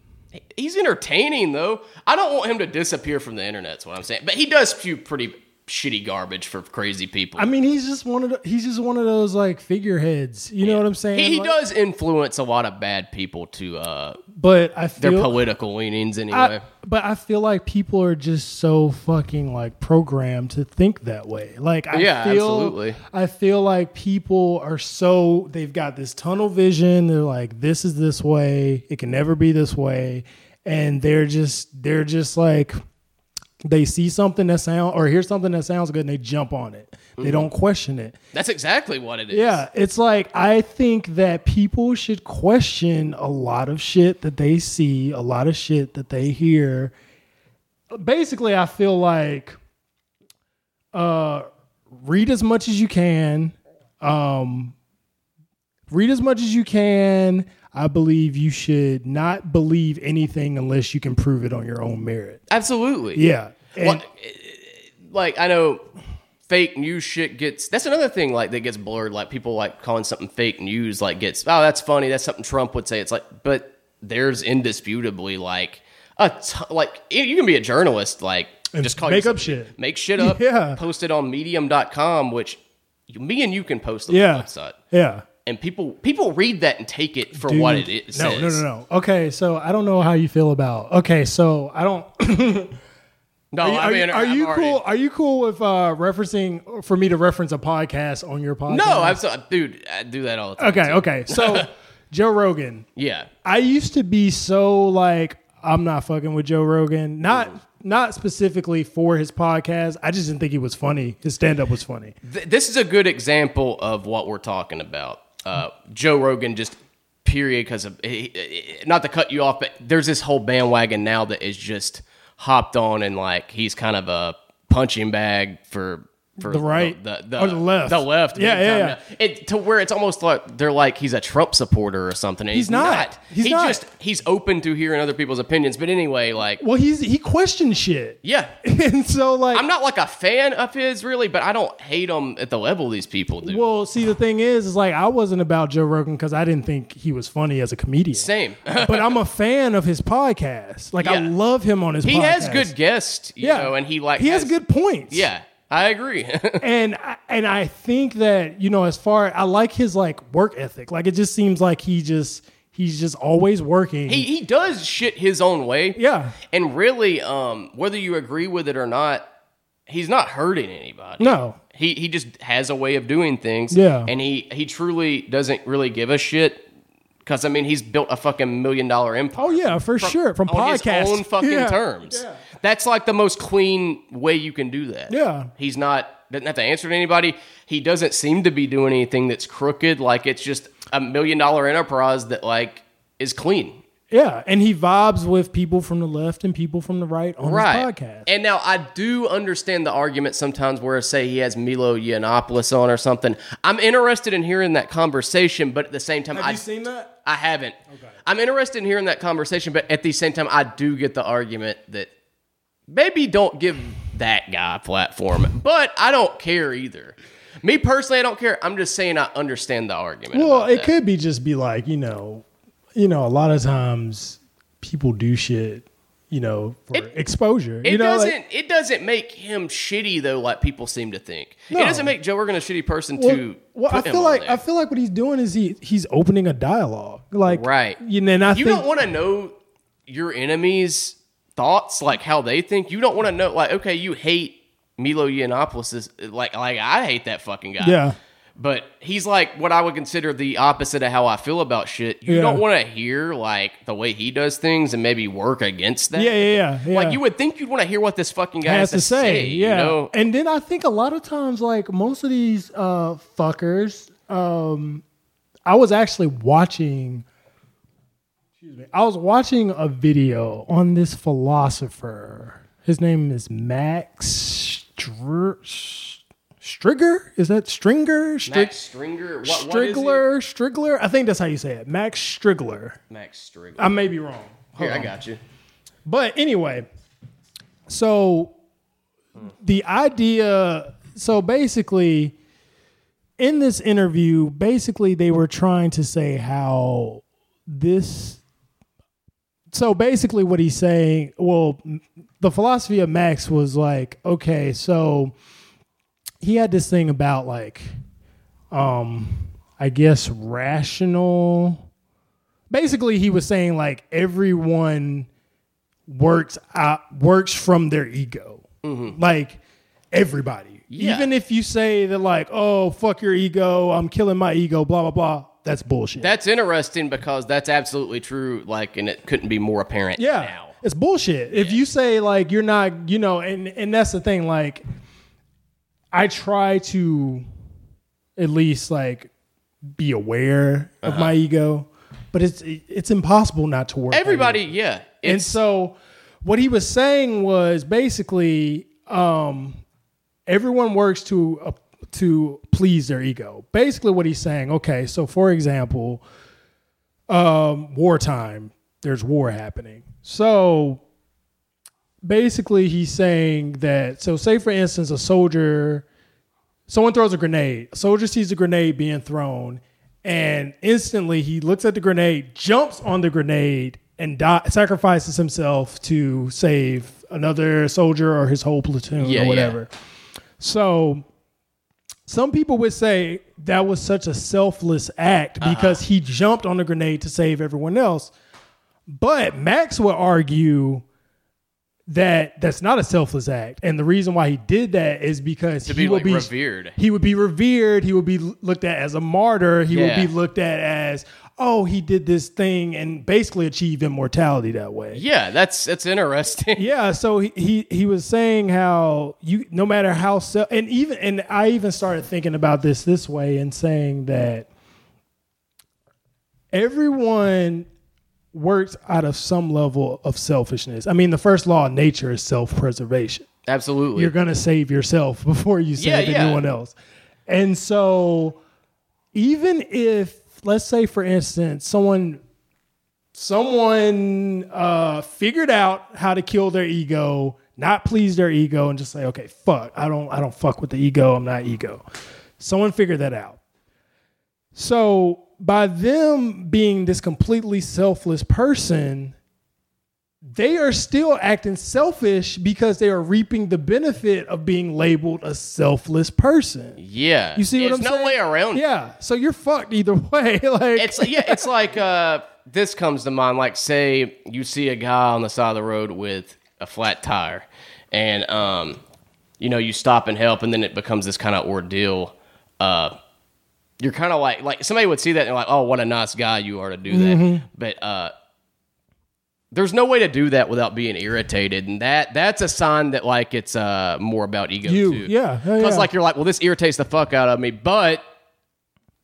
A: he's entertaining though. I don't want him to disappear from the internet. Is what I'm saying. But he does spew pretty shitty garbage for crazy people.
B: I mean, he's just one of the, he's just one of those like figureheads. You know what I'm saying?
A: he, he
B: Like,
A: does influence a lot of bad people to uh,
B: But I
A: their
B: feel
A: political leanings anyway.
B: I, but I feel like people are just so fucking like programmed to think that way. Like I
A: Yeah,
B: feel,
A: absolutely.
B: I feel like people are so they've got this tunnel vision. They're like, this is this way. It can never be this way, and they're just they're just like they see something that sound or hear something that sounds good and they jump on it.
A: Mm-hmm.
B: They don't question it.
A: That's exactly what it is.
B: Yeah, it's like I think that people should question a lot of shit that they see, a lot of shit that they hear. Basically, I feel like uh read as much as you can. Um read as much as you can. I believe you should not believe anything unless you can prove it on your own merit.
A: absolutely.
B: Yeah. And-
A: Well, like I know fake news shit gets that's another thing like that gets blurred like people like calling something fake news like gets oh that's funny that's something Trump would say it's like but there's indisputably like a t- like you you can be a journalist like
B: And
A: just call
B: make
A: yourself-
B: up shit.
A: make shit up
B: Yeah.
A: post it on medium.com which you, me and you can post on
B: Yeah.
A: the website
B: yeah.
A: and people people read that and take it for what it
B: Dude,
A: is
B: No, no, no, no. Okay, so I don't know how you feel about. Okay, so I don't.
A: no
B: Are you,
A: Oh, I
B: are you-
A: mean
B: are
A: I'm
B: you
A: already-
B: cool? Are you cool with uh, referencing for me to reference a podcast on your podcast?
A: no I'm so, dude I do that all the time
B: okay, okay. So Joe Rogan,
A: yeah
B: I used to be so like I'm not fucking with Joe Rogan. Not
A: Mm-hmm.
B: not specifically for his podcast. I just didn't think he was funny. His stand up was funny.
A: Th- this is a good example of what we're talking about. Uh, Joe Rogan just period because of he- he- not to cut you off, but there's this whole bandwagon now that is just hopped on and like he's kind of a punching bag for. For
B: The right.
A: the, the,
B: Or the left.
A: the left,
B: Yeah,
A: big
B: yeah,
A: time
B: yeah.
A: now. It, to where it's almost like they're like he's a Trump supporter or something. and
B: He's not. He's
A: he
B: not.
A: just he's open to hearing other people's opinions. But anyway, like
B: Well, he's he questioned shit,
A: yeah,
B: and so like
A: I'm not like a fan of his really, but I don't hate him at the level these people do.
B: Well, see, the thing is, is like I wasn't about Joe Rogan because I didn't think he was funny as a comedian.
A: Same.
B: but I'm a fan of his podcast. Like I
A: Yeah.
B: love him on his.
A: he has
B: podcast.
A: good guests, you know, and he like
B: he has, good points.
A: Yeah, I agree.
B: and I- and I think that you know, as far I like his like work ethic. Like it just seems like he just he's just always working.
A: he he does shit his own way.
B: yeah.
A: and really, um, whether you agree with it or not, he's not hurting anybody.
B: No.
A: he he just has a way of doing things.
B: Yeah.
A: and he he truly doesn't really give a shit. Because I mean, he's built a fucking million dollar empire.
B: Oh yeah, for sure. From
A: on
B: podcast
A: his own fucking
B: Yeah.
A: terms. That's like the most clean way you can do that.
B: Yeah.
A: he's not doesn't have to answer to anybody. He doesn't seem to be doing anything that's crooked. Like it's just a million dollar enterprise that like is clean.
B: Yeah, and he vibes with people from the left and people from the right on
A: Right.
B: his podcast.
A: And now I do understand the argument sometimes where say he has Milo Yiannopoulos on or something. I'm interested in hearing that conversation, but at the same time, I
B: that?
A: I haven't.
B: Oh,
A: I'm interested in hearing that conversation, but at the same time, I do get the argument that maybe don't give that guy a platform, but I don't care either. Me personally, I don't care. I'm just saying I understand the argument.
B: Well,
A: about
B: it
A: that.
B: could be just be like you know, you know, a lot of times people do shit, you know, for exposure.
A: It
B: you know,
A: doesn't.
B: like,
A: it doesn't make him shitty though, like people seem to think.
B: No.
A: It doesn't make Joe Rogan a shitty person
B: well,
A: to.
B: well, I
A: put him
B: feel
A: on
B: like
A: there.
B: I feel like what he's doing is he he's opening a dialogue, like
A: Right.
B: You know, and I
A: you
B: think
A: don't want to know your enemies' thoughts, like how they think. You don't want to know, like, okay, you hate Milo Yiannopoulos, is- like, like I hate that fucking guy.
B: Yeah.
A: but he's like what I would consider the opposite of how I feel about shit. You
B: Yeah.
A: don't want to hear like the way he does things and maybe work against that.
B: yeah, yeah, yeah, yeah.
A: Like you would think you'd want to hear what this fucking guy
B: has to say, yeah.
A: You know?
B: And then I think a lot of times, like most of these uh, fuckers, um, I was actually watching. Excuse me. I was watching a video on this philosopher. His name is Max Str- Stringer. Is that Stringer? Stri-
A: Max Stringer, what, what is he?
B: Strigler? Strigler? I think that's how you say it. Max Strigler.
A: Max Strigler.
B: I may be wrong. Oh, Hold
A: Here, I
B: on.
A: got you.
B: But anyway, so the idea, so basically, in this interview, basically they were trying to say how this so basically what he's saying well m- the philosophy of max was like okay so he had this thing about like um i guess rational basically he was saying like everyone works out works from their ego like everybody
A: Yeah.
B: even if you say that like oh fuck your ego i'm killing my ego blah blah blah that's bullshit
A: That's interesting because that's absolutely true. Like, and it couldn't be more apparent.
B: yeah.
A: Now.
B: It's bullshit. If you say like you're not, you know, and and that's the thing like I try to at least like be aware
A: Uh-huh.
B: of my ego, but it's it's impossible not to work. on it.
A: Everybody, yeah.
B: And
A: It's
B: so what he was saying was basically um, everyone works to uh, to please their ego. Basically what he's saying, okay, so for example, um, wartime, there's war happening. So basically he's saying that so say for instance a soldier someone throws a grenade. A soldier sees a grenade being thrown, and instantly he looks at the grenade, jumps on the grenade, and die, sacrifices himself to save another soldier or his whole platoon
A: Yeah,
B: or
A: yeah.
B: whatever. So, some people would say that was such a selfless act
A: Uh-uh.
B: because he jumped on the grenade to save everyone else. But Max would argue that that's not a selfless act, and the reason why he did that is because
A: to
B: he
A: be
B: will
A: like
B: be
A: revered.
B: he would be revered. He would be looked at as a martyr. He
A: Yeah.
B: would be looked at as, oh, he did this thing and basically achieved immortality that way.
A: Yeah, that's that's interesting.
B: Yeah. So he, he, he was saying how you, no matter how, self, and even, and I even started thinking about this this way and saying that everyone works out of some level of selfishness. I mean, the first law of nature is self preservation
A: Absolutely.
B: you're gonna save yourself before you
A: Yeah,
B: save
A: yeah.
B: anyone else. And so, even if let's say, for instance, someone someone uh, figured out how to kill their ego, not please their ego, and just say, okay, fuck, I don't, I don't fuck with the ego. I'm not ego. Someone figured that out. So by them being this completely selfless person, they are still acting selfish because they are reaping the benefit of being labeled a selfless person.
A: yeah.
B: You see what
A: There's
B: I'm
A: no
B: saying?
A: way around. it.
B: Yeah. So you're fucked either way. like
A: It's yeah, it's like uh this comes to mind like say you see a guy on the side of the road with a flat tire and um you know you stop and help and then it becomes this kind of ordeal uh you're kind of like like somebody would see that and like oh what a nice guy you are to do that
B: Mm-hmm.
A: but uh there's no way to do that without being irritated and that that's a sign that like it's uh more about ego
B: You,
A: too
B: yeah, yeah,
A: because
B: yeah.
A: like you're like well this irritates the fuck out of me but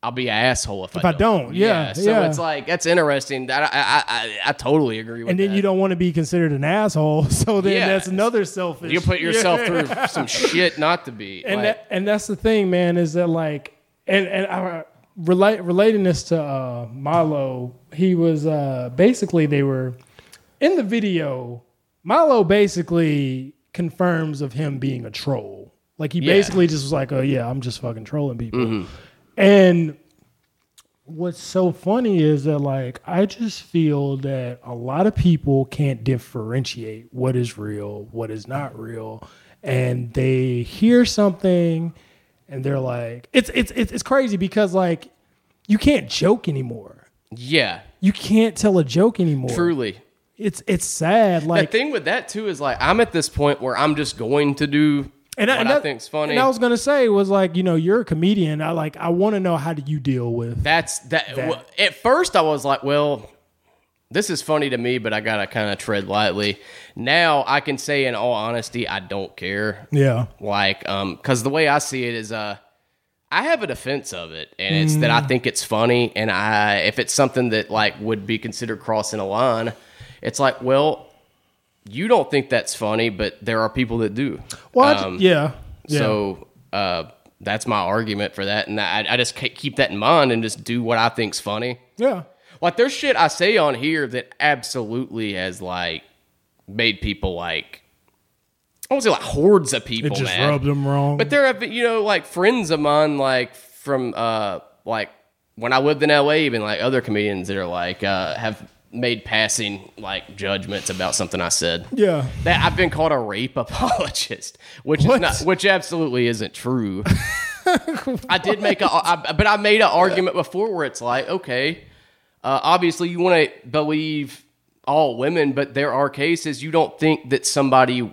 A: I'll be an asshole if,
B: I don't, yeah,
A: So
B: yeah.
A: it's like that's interesting. I I, I, I- I totally agree with
B: and then
A: that.
B: you don't want to be considered an asshole. So then
A: Yeah.
B: that's another selfish.
A: you put yourself through some shit not to be.
B: and
A: like,
B: that, and that's the thing, man, is that like and and I relate relating this to uh Milo, he was uh basically they were in the video, Milo basically confirms of him being a troll. Like he
A: Yeah. Mm-hmm.
B: basically just was like, Oh yeah, I'm just fucking trolling people. And what's so funny is that like I just feel that a lot of people can't differentiate what is real, what is not real, and they hear something and they're like it's it's it's, it's crazy because like you can't joke anymore.
A: yeah,
B: You can't tell a joke anymore.
A: truly.
B: It's it's sad
A: The
B: like
A: thing with that too is like I'm at this point where I'm just going to do
B: and
A: what I,
B: that-
A: think's funny.
B: And I was going to say was like, you know, you're a comedian. I like I want to know how do you deal with
A: That's that.
B: That.
A: well, At first, I was like, well, this is funny to me, but I gotta kind of tread lightly. Now I can say in all honesty, I don't care.
B: Yeah.
A: like um because the way i see it is uh i have a defense of it and it's that i
B: Mm.
A: think it's funny and i if it's something that like would be considered crossing a line it's like well you don't think that's funny but there are people that do Uh,
B: Well, I ju- yeah. Yeah.
A: Um, so uh that's my argument for that and i, I just ca- keep that in mind and just do what i think's funny
B: yeah.
A: like there's shit I say on here that absolutely has like made people like I won't say like hordes of people.
B: It just
A: mad.
B: rubbed them wrong.
A: But there have been, you know like friends of mine like from uh like when I lived in LA even like other comedians that are like uh have made passing like judgments about something I said.
B: Yeah.
A: That I've been called a rape apologist, which is
B: What?
A: not, which absolutely isn't true. I did make a, I, but I made an argument before where it's like, okay, uh, obviously you want to believe all women, but there are cases you don't think that somebody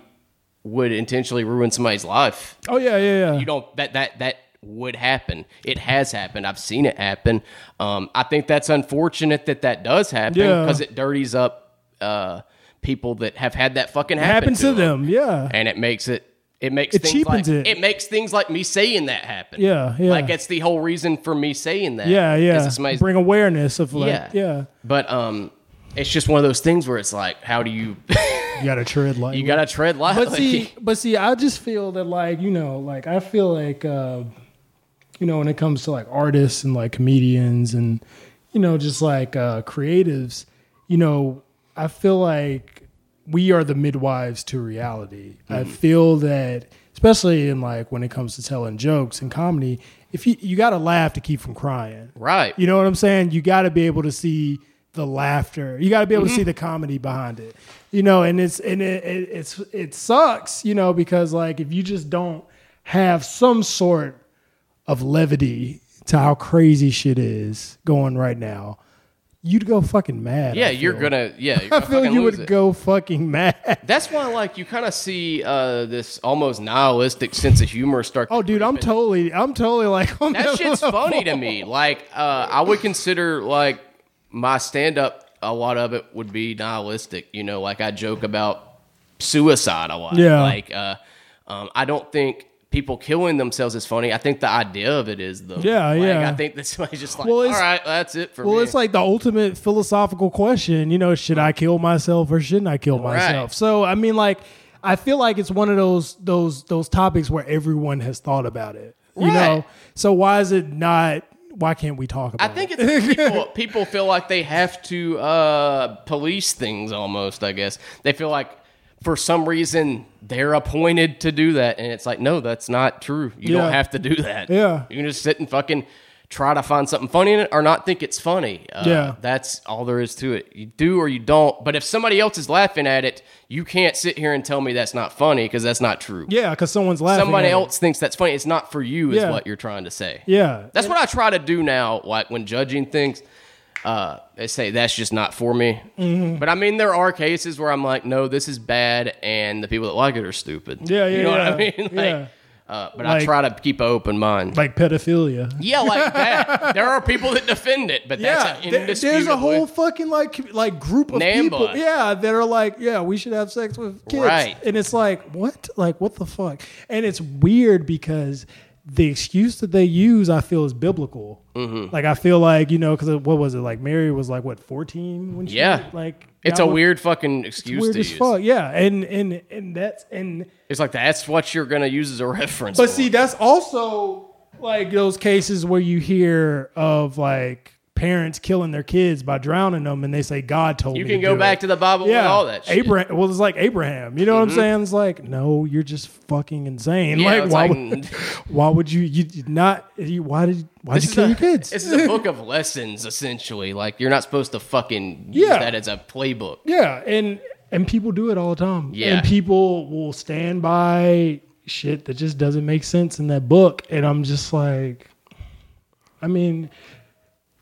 A: would intentionally ruin somebody's life
B: Oh yeah, yeah, yeah.
A: you don't that that that would happen it has happened i've seen it happen um i think that's unfortunate that that does happen
B: Yeah.
A: because it dirties up uh people that have had that fucking
B: It
A: happen
B: happens to them. Yeah.
A: and it makes it it makes
B: It
A: things
B: cheapens
A: like,
B: it.
A: makes things like me saying that happen
B: Yeah, yeah.
A: like it's the whole reason for me saying that
B: Yeah,
A: is
B: yeah.
A: that somebody's-
B: Bring awareness of like,
A: Yeah.
B: yeah.
A: but um it's just one of those things where it's like how do you
B: You gotta tread lightly.
A: you gotta tread lightly
B: but see, but see, I just feel that like you know, like I feel like uh, you know when it comes to like artists and like comedians and you know just like uh, creatives, you know, I feel like we are the midwives to reality. I feel that especially in like when it comes to telling jokes and comedy, if you you got to laugh to keep from crying,
A: right
B: you know what I'm saying? You got to be able to see the laughter. You got to be able to see the comedy behind it. You know, and it's and it, it it's it sucks, you know, because like if you just don't have some sort of levity to how crazy shit is going right now, you'd go fucking mad.
A: yeah
B: I
A: you're
B: feel.
A: gonna yeah you're
B: I
A: gonna
B: feel
A: fucking
B: you
A: lose
B: would
A: it.
B: go fucking mad.
A: That's why, like, you kind of see uh, this almost nihilistic sense of humor start.
B: Oh, dude, I'm totally, I'm totally like, on
A: that shit's funny to me. Like, uh, I would consider like my stand up. A lot of it would be nihilistic. You know, like I joke about suicide a lot.
B: Yeah.
A: Like, uh, um, I don't think people killing themselves is funny. I think the idea of it is though.
B: Yeah,
A: Like,
B: yeah.
A: I think that somebody's just like,
B: Well,
A: all
B: it's-
A: right, that's it for me.
B: Well, it's like the ultimate philosophical question, you know, should I kill myself or shouldn't I kill myself? So, I mean like I feel like it's one of those those those topics where everyone has thought about it. You
A: Right.
B: know. So why is it not why can't we talk
A: I
B: about
A: think
B: it?
A: it's people, people feel like they have to uh, police things almost, I guess. They feel like for some reason they're appointed to do that. And it's like, no, that's not true. You
B: Yeah.
A: don't have to do that.
B: Yeah.
A: You can just sit and fucking try to find something funny in it or not think it's funny. Uh,
B: Yeah.
A: That's all there is to it. You do or you don't. But if somebody else is laughing at it, you can't sit here and tell me that's not funny because that's not true.
B: Yeah, cuz someone's laughing.
A: Somebody
B: at it.
A: else thinks that's funny. It's not for you, is
B: Yeah.
A: what you're trying to say.
B: Yeah.
A: That's what I try to do now, like when judging things. Uh, they say that's just not for me.
B: Mm-hmm.
A: But I mean, there are cases where I'm like, no, this is bad, and the people that like it are stupid.
B: Yeah, yeah,
A: You know
B: yeah,
A: what I mean? Like,
B: yeah.
A: uh, but I
B: Like-
A: try to keep an open mind.
B: like pedophilia.
A: yeah, like that. there are people that defend it, but
B: Yeah,
A: that's
B: there-
A: an
B: there's a
A: indisputably-
B: whole fucking like com- like group of
A: Namba.
B: people, yeah, that are like, yeah, we should have sex with kids,
A: Right.
B: And it's like, what, like, what the fuck? And it's weird because the excuse that they use, I feel, is biblical.
A: Mm-hmm.
B: Like, I feel like you know, because what was it? Like, Mary was like what 14 when she
A: Yeah.
B: like
A: It's
B: got
A: a
B: with-
A: weird fucking excuse
B: weird
A: to
B: as
A: use.
B: fuck, yeah, and and and that's and.
A: It's like that's what you're gonna use as a reference.
B: But
A: for
B: see,
A: it.
B: that's also like those cases where you hear of like parents killing their kids by drowning them, and they say God told
A: you
B: me
A: can
B: to
A: go
B: do
A: back
B: it."
A: to the Bible
B: yeah,
A: with all that. Shit. Mm-hmm.
B: Abraham. Well, it's like Abraham. You know what I'm saying? It's like, no, you're just fucking insane.
A: Yeah,
B: like,
A: it's
B: why?
A: like-
B: would, why would you? You did not. You, why did? Why did you
A: is
B: kill
A: a-
B: your kids?
A: This is a book of lessons, essentially. Like you're not supposed to fucking use
B: Yeah.
A: that as a playbook.
B: Yeah, and and people do it all the time.
A: Yeah.
B: and people will stand by shit that just doesn't make sense in that book, and I'm just like, I mean.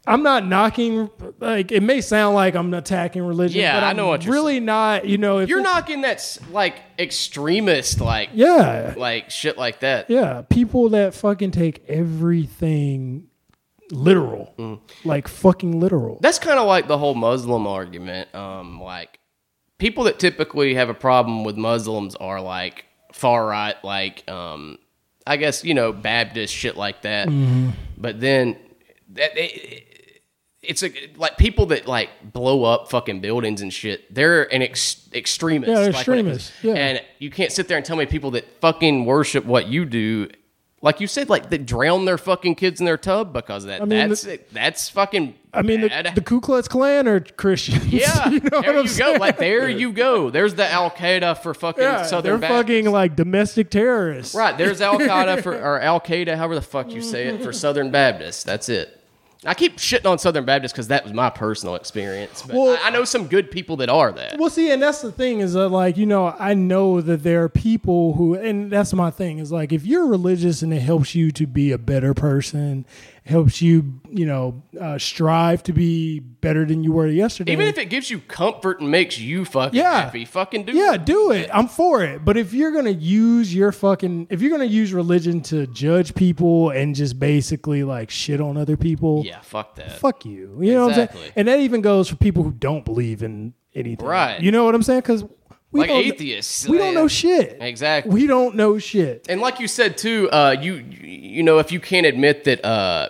B: I'm not knocking. Like it may sound like I'm attacking religion,
A: Yeah,
B: but
A: I
B: I'm
A: know what you're
B: really not. You know, if
A: You're
B: it-
A: knocking that's like extremist, like
B: Yeah,
A: like shit like that.
B: yeah. People that fucking take everything literal,
A: Mm.
B: like fucking literal.
A: That's kind of like the whole Muslim argument. Um, like people that typically have a problem with Muslims are like far right, like um, I guess you know Baptist shit like that.
B: Mm-hmm.
A: But then that. It, it's a, like people that like blow up fucking buildings and shit. They're an ex- extremist.
B: Yeah, they're
A: like, when it was-
B: extremists, yeah.
A: And you can't sit there and tell me people that fucking worship what you do, like you said, like that drown their fucking kids in their tub because of that.
B: mean,
A: that's that's fucking.
B: I mean, the,
A: bad.
B: the Ku Klux Klan are Christians.
A: Yeah,
B: you know
A: there
B: what I'm
A: you
B: saying?
A: go. Like there you go. There's the Al Qaeda for fucking
B: Yeah, they're
A: Southern Baptists.
B: fucking like domestic terrorists.
A: right. There's Al Qaeda for or Al Qaeda, however the fuck you say it, for Southern Baptists. That's it. I keep shitting on Southern Baptist because that was my personal experience. But
B: Well-
A: I, I know some good people that are that.
B: Well, see, and that's the thing is that, like, you know, I know that there are people who, and that's my thing is like, if you're religious and it helps you to be a better person, helps you, you know, uh, strive to be better than you were yesterday.
A: Even if it gives you comfort and makes you fucking
B: Yeah.
A: happy, fucking do
B: yeah,
A: it.
B: do it. I'm for it. But if you're gonna use your fucking, if you're gonna use religion to judge people and just basically like shit on other people,
A: Yeah, fuck that.
B: fuck you. You know what I'm
A: Exactly.
B: saying? And that even goes for people who don't believe in anything.
A: Right.
B: You know what I'm saying? Because we
A: Like
B: don't,
A: atheists.
B: We don't
A: Yeah.
B: know shit.
A: Exactly.
B: We don't know shit.
A: and like you said too, uh, you you know if you can't admit that uh,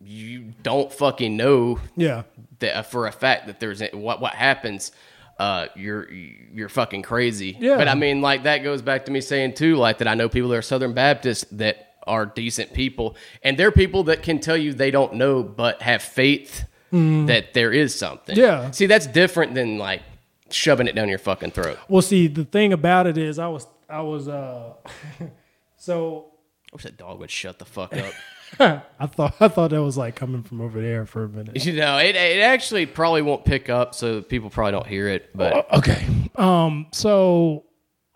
A: you don't fucking know
B: Yeah.
A: that uh, for a fact that there's what what happens, uh, you're you're fucking crazy.
B: Yeah.
A: But I mean, like that goes back to me saying too, like that I know people that are Southern Baptists that are decent people, and they're people that can tell you they don't know but have faith that there is something.
B: Mm. Yeah.
A: See, that's different than like shoving it down your fucking throat.
B: Well, see, the thing about it is, I was, I was, uh, so
A: I wish that dog would shut the fuck up.
B: I thought, I thought that was like coming from over there for a minute.
A: You know, it, it actually probably won't pick up, so people probably don't hear it. But
B: Okay. Um. So,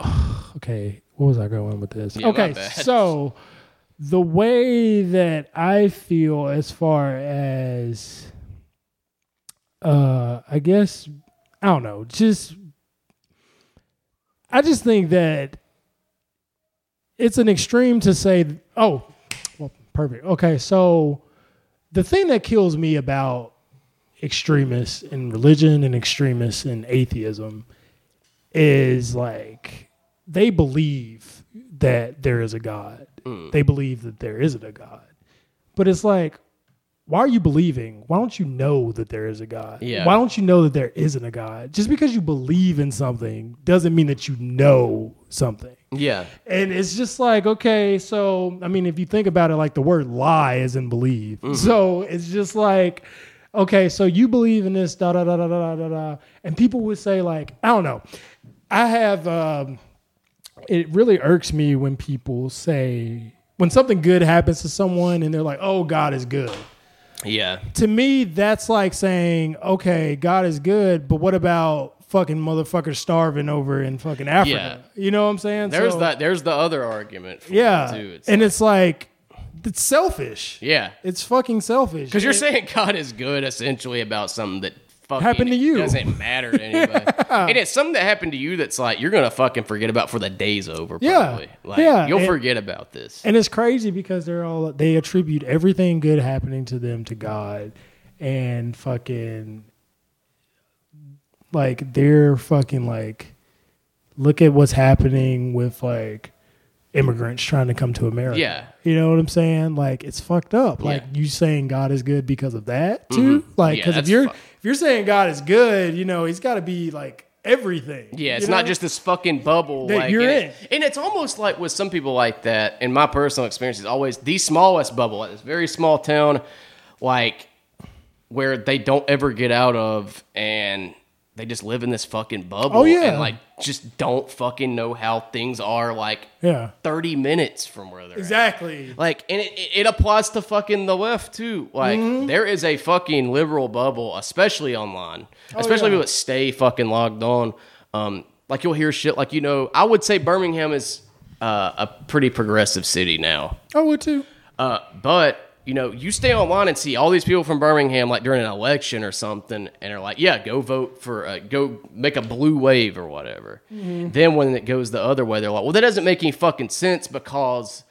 B: okay, what was I going with this?
A: my
B: okay,
A: bad.
B: so the way that I feel as far as, uh, I guess I don't know, just I just think that it's an extreme to say, oh, well, perfect. Okay, so the thing that kills me about extremists in religion and extremists in atheism is like they believe that there is a God. They believe that there isn't a God. But it's like, why are you believing? Why don't you know that there is a God?
A: Yeah.
B: Why don't you know that there isn't a God? Just because you believe in something doesn't mean that you know something.
A: yeah,
B: And it's just like, okay, so I mean, if you think about it, like the word lie is in believe. So it's just like, okay, so you believe in this, da da da da da da da da. And people would say, like, I don't know. I have um it really irks me when people say when something good happens to someone and they're like, oh, God is good
A: yeah,
B: to me, that's like saying, okay, God is good, but what about fucking motherfuckers starving over in fucking Africa? You know what I'm saying?
A: There's
B: So-
A: that. There's the other argument. For
B: Yeah.
A: it, too. It's,
B: and it's like, it's selfish.
A: yeah,
B: It's fucking selfish.
A: because you're saying God is good essentially about something that fucking
B: Happened to you.
A: doesn't matter to anybody, and it's something that happened to you that's like you're gonna fucking forget about for the day's over.
B: Yeah.
A: Probably. like
B: Yeah,
A: you'll
B: and-
A: forget about this.
B: And it's crazy because they're all they attribute everything good happening to them to God and fucking like they're fucking like look at what's happening with like immigrants trying to come to America.
A: Yeah.
B: You know what I'm saying? Like it's fucked up. Like
A: Yeah. Mm-hmm.
B: you saying God is good because of that too? Like
A: Yeah,
B: cuz if
A: that's
B: you're
A: fucked.
B: if you're saying God is good, you know, he's got to be like everything.
A: Yeah, it's
B: you know?
A: not just this fucking bubble
B: That
A: like,
B: you're
A: and
B: in.
A: it- and it's almost like with some people like that. In my personal experience, it's always the smallest bubble, like this very small town, like where they don't ever get out of, and they just live in this fucking bubble.
B: Oh, yeah.
A: and like just don't fucking know how things are. Like
B: Yeah.
A: thirty minutes from where they're at.
B: Exactly.
A: Like, and it, it applies to fucking the left too. Like, there is a fucking liberal bubble, especially online, especially
B: yeah.
A: people that stay fucking logged on. Um, like you'll hear shit. Like you know, I would say Birmingham is uh, a pretty progressive city now.
B: I Oh, would too.
A: Uh, but you know, you stay online and see all these people from Birmingham, like during an election or something, and are like, "Yeah, go vote for, uh, go make a blue wave or whatever."
B: Mm-hmm.
A: Then when it goes the other way, they're like, "Well, that doesn't make any fucking sense because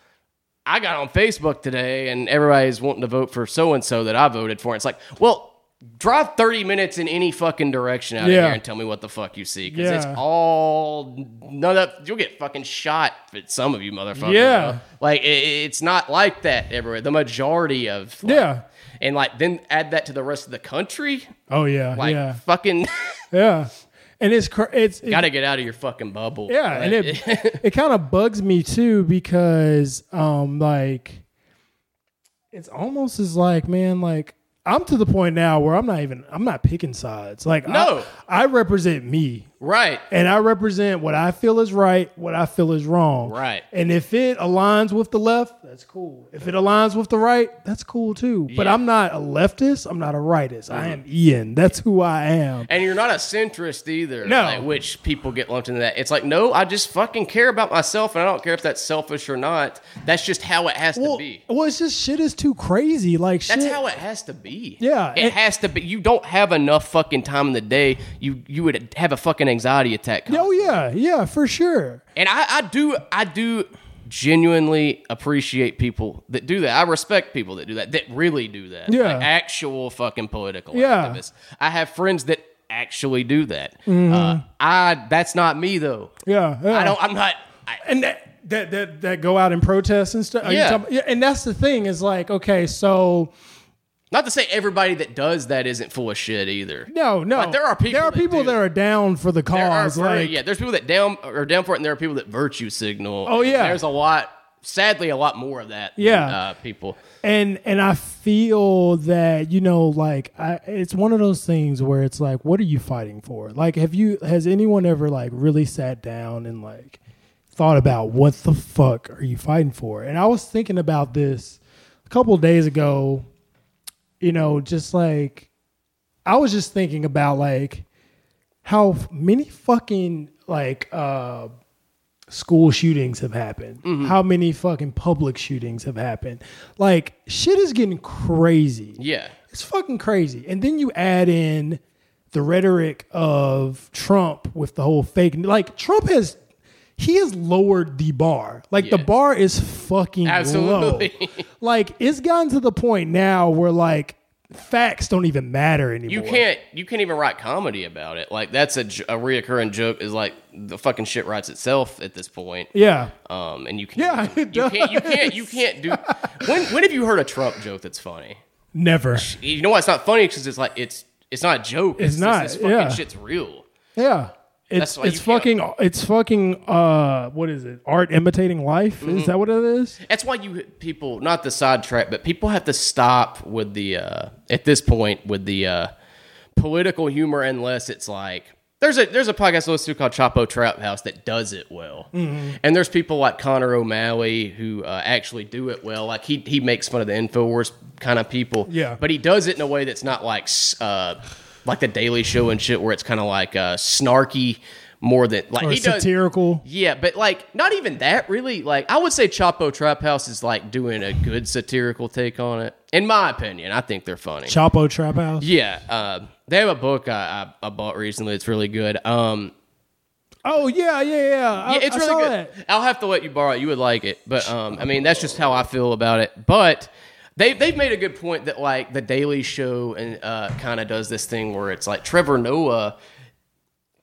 A: I got on Facebook today and everybody's wanting to vote for so and so that I voted for." It's like, well. Drive 30 minutes in any fucking direction out
B: Yeah.
A: of here and tell me what the fuck you see. Because it's
B: Yeah.
A: all none of you'll get fucking shot at some of you motherfuckers.
B: Yeah.
A: bro. Like i- i it's not like that everywhere. The majority of like-
B: Yeah.
A: and like then add that to the rest of the country.
B: Oh yeah.
A: Like
B: yeah.
A: fucking
B: Yeah, and it's cr- it's it,
A: got to get out of your fucking bubble.
B: yeah, and it it kind of bugs me too because um like it's almost as like man like I'm to the point now where I'm not even I'm not picking sides like
A: No.
B: I, I represent me
A: Right.
B: and I represent what I feel is right, what I feel is wrong.
A: Right.
B: And if it aligns with the left, that's cool. If it aligns with the right, that's cool too. But
A: Yeah. Mm-hmm.
B: I'm not a leftist. I'm not a rightist. I am Ian. That's who I am.
A: And you're not a centrist either.
B: No.
A: like, which people get lumped into that. It's like, no, I just fucking care about myself and I don't care if that's selfish or not. That's just how it has
B: Well,
A: to be.
B: well, it's just shit is too crazy. Like
A: That's
B: shit.
A: how it has to be.
B: Yeah,
A: It
B: and-
A: has to be. You don't have enough fucking time in the day. You you would have a fucking anxiety attack.
B: oh yeah, yeah, for sure.
A: And I, I do I do genuinely appreciate people that do that. I respect people that do that, that really do that.
B: Yeah.
A: Like actual fucking political
B: Yeah.
A: activists. I have friends that actually do that. Uh, I that's not me though.
B: Yeah, Mm-hmm. yeah.
A: I don't I'm not I,
B: and that that that, that go out and protest and stuff. Are you
A: Yeah.
B: talking- yeah. And that's the thing is like, okay, so
A: not to say everybody that does that isn't full of shit either.
B: no, no,
A: But there are people
B: There are
A: that
B: people
A: do
B: that
A: that.
B: are down for the
A: There are
B: cause.
A: very-
B: like,
A: yeah, there's people that down are down for it, and there are people that virtue signal.
B: Oh,
A: And
B: yeah.
A: there's a lot. Sadly, a lot more of that. than,
B: Yeah.
A: uh, people.
B: and and I feel that you know, like I, it's one of those things where it's like, what are you fighting for? Like, have you has anyone ever like really sat down and like thought about what the fuck are you fighting for? And I was thinking about this a couple of days ago. You know, just like I was just thinking about like how many fucking like uh school shootings have happened how many fucking public shootings have happened like shit is getting crazy
A: Yeah,
B: it's fucking crazy and then you add in the rhetoric of trump with the whole fake like trump has he has lowered the bar like the
A: Yeah.
B: bar is fucking
A: Absolutely.
B: low like it's gotten to the point now where like facts don't even matter anymore
A: you can't you can't even write comedy about it. Like that's a, j- a reoccurring joke. Is like the fucking shit writes itself at this point.
B: yeah
A: Um, and you
B: Yeah,
A: can't.
B: it
A: you can't. You can't. You can't do. When when have you heard a Trump joke that's funny?
B: never
A: You know why it's not funny? Because it's like it's it's not a joke.
B: It's
A: just
B: not,
A: This fucking
B: yeah.
A: shit's real.
B: Yeah. It's
A: That's why
B: it's
A: you can't-
B: fucking it's fucking uh what is it? Art imitating life?
A: Mm-hmm.
B: Is that what it is?
A: That's why you people not the sidetrack, but people have to stop with the uh, at this point with the uh, political humor unless it's like there's a there's a podcast I listen to called Chapo Trap House that does it well,
B: Mm-hmm.
A: and there's people like Connor O'Malley who uh, actually do it well. Like he he makes fun of the Infowars kind of people,
B: Yeah.
A: but he does it in a way that's not like s- uh, like the Daily Show and shit where it's kind of like uh, snarky. More than like
B: Or
A: he does,
B: satirical.
A: yeah, but like not even that really. Like I would say Chapo Trap House is like doing a good satirical take on it. In my opinion, I think they're funny.
B: Chapo Trap House.
A: yeah, uh, they have a book I, I, I bought recently. It's really good. Um,
B: Oh yeah, yeah, yeah. I,
A: yeah, it's
B: I
A: really
B: saw
A: good.
B: that.
A: I'll have to let you borrow it. You would like it, but um, I mean that's just how I feel about it. But they they've made a good point that like the Daily Show and uh, kind of does this thing where it's like Trevor Noah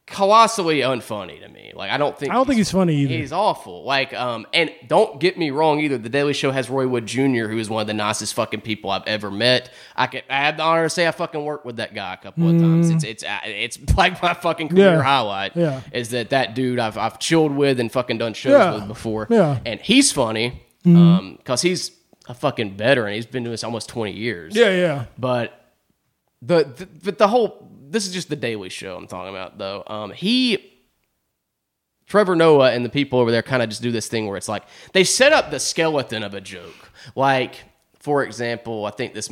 A: colossally unfunny to me. Like I don't think
B: I don't think he's funny either.
A: He's awful. Like, um, and don't get me wrong either. The Daily Show has Roy Wood Jr., who is one of the nicest fucking people I've ever met. I could, I have the honor to say I fucking worked with that guy a couple of times. It's, it's, uh, it's like my fucking career
B: Mm-hmm. Yeah.
A: highlight.
B: Yeah.
A: is that that dude I've I've chilled with and fucking done shows
B: Yeah.
A: with before.
B: Yeah. Mm-hmm.
A: and he's funny, um, cause he's a fucking veteran. He's been doing this almost twenty years.
B: Yeah, yeah.
A: But the, the but the whole this is just the Daily Show I'm talking about though. Um, he Trevor Noah and the people over there kind of just do this thing where it's like they set up the skeleton of a joke. Like for example, I think this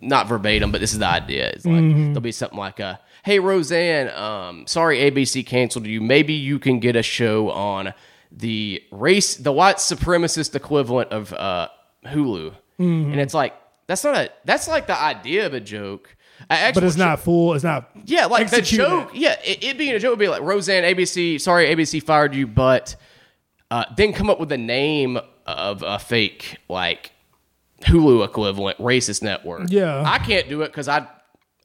A: not verbatim, but this is the idea. It's like there'll be something like a Hey Roseanne, um, sorry ABC canceled you. Maybe you can get a show on the race, the white supremacist equivalent of uh, Hulu, and it's like that's not a that's like the idea of a joke. I actually,
B: But it's not full, it's not
A: yeah, like
B: executed.
A: the joke. Yeah, it, it being a joke would be like Roseanne, ABC. Sorry, ABC fired you, but uh, then come up with the name of a fake like Hulu equivalent racist network.
B: Yeah.
A: I can't do it because I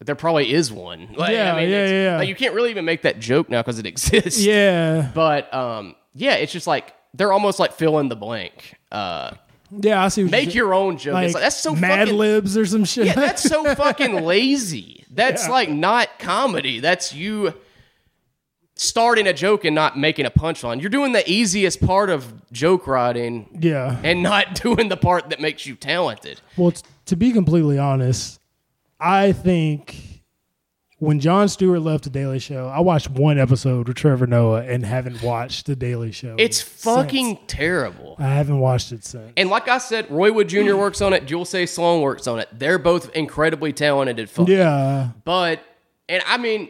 A: there probably is one. Like,
B: Yeah,
A: I mean,
B: yeah,
A: it's-
B: yeah, yeah.
A: Like, you can't really even make that joke now because it exists.
B: Yeah.
A: But um, yeah, it's just like they're almost like fill in the blank. Uh,
B: Yeah, I see what you
A: make your own joke.
B: like,
A: it's like that's so
B: Mad
A: fucking
B: Libs or some shit.
A: yeah, that's so fucking lazy. That's
B: Yeah.
A: like not comedy. That's you starting a joke and not making a punchline. You're doing the easiest part of joke writing
B: yeah.
A: and not doing the part that makes you talented.
B: Well, t- to be completely honest, I think when John Stewart left The Daily Show, I watched one episode with Trevor Noah and haven't watched The Daily Show.
A: It's
B: since.
A: fucking terrible.
B: I haven't watched it since.
A: And like I said, Roy Wood Jr. works on it. Jules Say Sloan works on it. They're both incredibly talented at fuck.
B: Yeah.
A: But and I mean,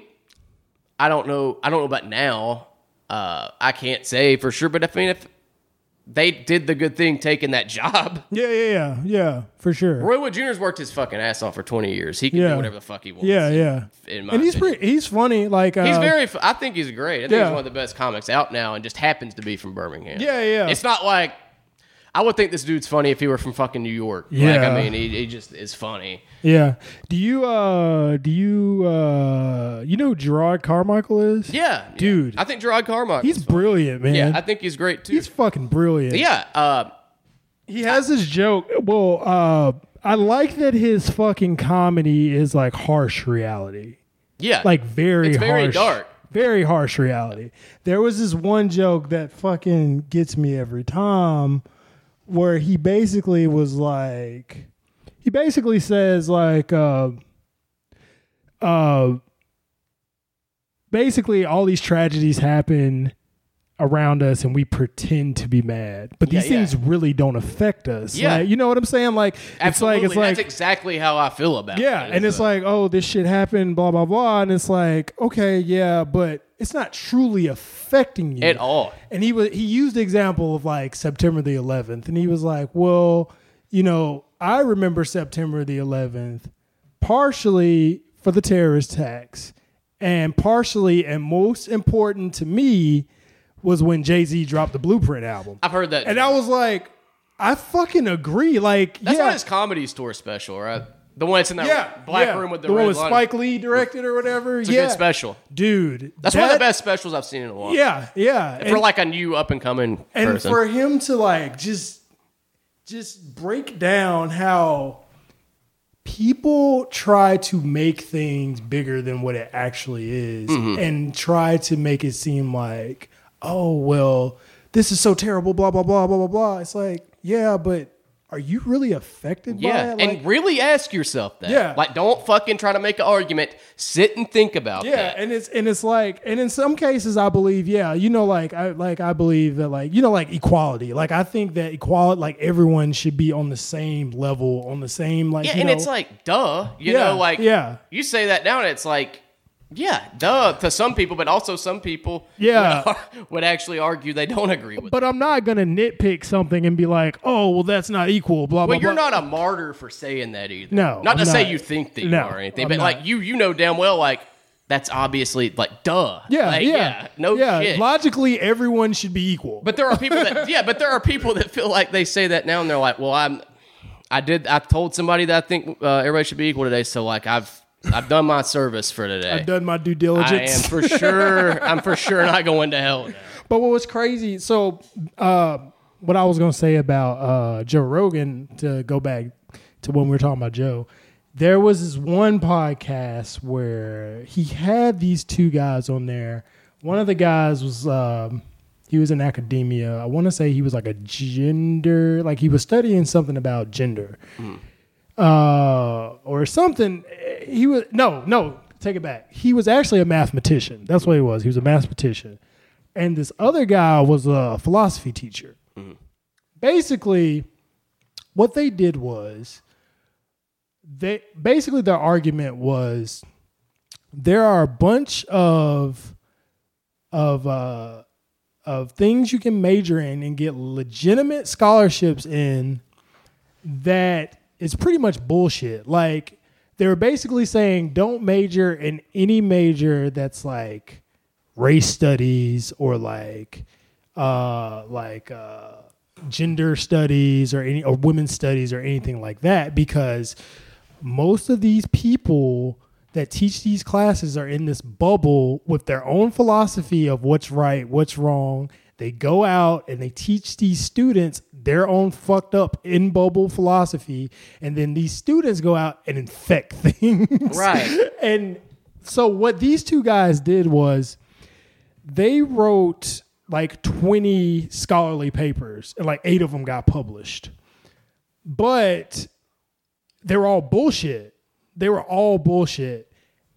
A: I don't know. I don't know about now. Uh, I can't say for sure. But I mean, if they did the good thing taking that job,
B: Yeah, yeah, yeah, yeah, for sure.
A: Roy Wood Jr.'s worked his fucking ass off for twenty years. He can
B: Yeah.
A: do whatever the fuck he wants.
B: Yeah, yeah.
A: in my
B: And he's
A: opinion.
B: pretty, he's funny. Like uh,
A: He's very. f- I think he's great. I think
B: Yeah.
A: he's one of the best comics out now, and just happens to be from Birmingham.
B: Yeah, yeah.
A: It's not like I would think this dude's funny if he were from fucking New York. like,
B: Yeah.
A: I mean, he, he just is funny.
B: Yeah. Do you uh do you uh you know who Gerard Carmichael is?
A: Yeah, yeah.
B: Dude.
A: I think Gerard Carmichael.
B: He's brilliant, man.
A: yeah, I think he's great too.
B: he's fucking brilliant.
A: yeah, uh,
B: He has this joke. Well, uh I like that his fucking comedy is like harsh reality.
A: yeah.
B: Like very
A: It's very
B: harsh.
A: dark.
B: Very harsh reality. There was this one joke that fucking gets me every time where he basically was like he basically says like uh uh basically all these tragedies happen around us and we pretend to be mad but these
A: Yeah, yeah.
B: things really don't affect us
A: Yeah.
B: Like, you know what i'm saying like
A: absolutely.
B: it's like it's
A: that's
B: like
A: exactly how I feel about.
B: yeah
A: it.
B: and it's like oh this shit happened blah blah blah and it's like okay yeah but it's not truly affecting you
A: at all.
B: and he was he used the example of like September the 11th, and he was like, "Well, you know, I remember September the 11th, partially for the terrorist attacks, and partially and most important to me was when Jay Z dropped the Blueprint album."
A: I've heard that.
B: And I was like, "I fucking agree." Like,
A: that's
B: yeah,
A: not his comedy store special, right? The one that's in that
B: yeah,
A: black
B: yeah.
A: room with the,
B: the
A: red
B: one with
A: line.
B: Spike Lee directed or whatever.
A: It's a
B: yeah,
A: good special.
B: dude,
A: That's one of the
B: that-
A: best specials I've seen in a while.
B: Yeah, yeah,
A: for like a new up and coming
B: and
A: person.
B: for him to like just just break down how people try to make things bigger than what it actually is
A: Mm-hmm.
B: and try to make it seem like oh well this is so terrible blah blah blah blah blah blah it's like yeah but are you really affected
A: yeah,
B: by it
A: and really ask yourself that.
B: Yeah.
A: like don't fucking try to make an argument. Sit and think about
B: Yeah,
A: that.
B: and it's and it's like and in some cases I believe yeah you know like I like I believe that like you know like equality like I think that equality like everyone should be on the same level on the same like
A: Yeah,
B: you
A: and
B: know-
A: it's like duh, you
B: Yeah,
A: know, like
B: yeah.
A: you say that now, and it's like yeah, duh to some people, but also some people
B: Yeah.
A: would, ar- would actually argue they don't agree with.
B: but I'm not gonna nitpick something and be like oh well that's not equal blah blah
A: but you're
B: blah.
A: not a martyr for saying that either.
B: No,
A: not to
B: I'm
A: say
B: not.
A: you think that you
B: No,
A: are or anything,
B: I'm
A: but
B: not.
A: like you, you know damn well, like that's obviously like duh.
B: yeah,
A: Like,
B: yeah
A: no
B: yeah
A: shit.
B: logically everyone should be equal
A: But there are people that yeah, but there are people that feel like they say that now and they're like, well, I'm, I did, I told somebody that I think uh, everybody should be equal today, so like I've, I've done my service for
B: I've
A: today.
B: done my due
A: I
B: diligence
A: am for sure, I'm for sure not going to hell. Now.
B: But what was crazy? So, uh, what I was gonna say about uh, Joe Rogan to go back to when we were talking about Joe, there was this one podcast where he had these two guys on there. One of the guys was um, he was in academia. I want to say he was like a gender, like he was studying something about gender uh, or something. He was no, no, take it back. He was actually a mathematician. That's what he was. He was a mathematician, and this other guy was a philosophy teacher. Basically, what they did was they basically their argument was there are a bunch of of uh of things you can major in and get legitimate scholarships in that is pretty much bullshit. Like they were basically saying don't major in any major that's like race studies or like uh like uh gender studies or any or women's studies or anything like that because most of these people that teach these classes are in this bubble with their own philosophy of what's right, what's wrong. They go out and they teach these students their own fucked up in bubble philosophy. And then these students go out and infect things.
A: Right.
B: and so what these two guys did was they wrote like 20 scholarly papers and like eight of them got published. But they were all bullshit. They were all bullshit.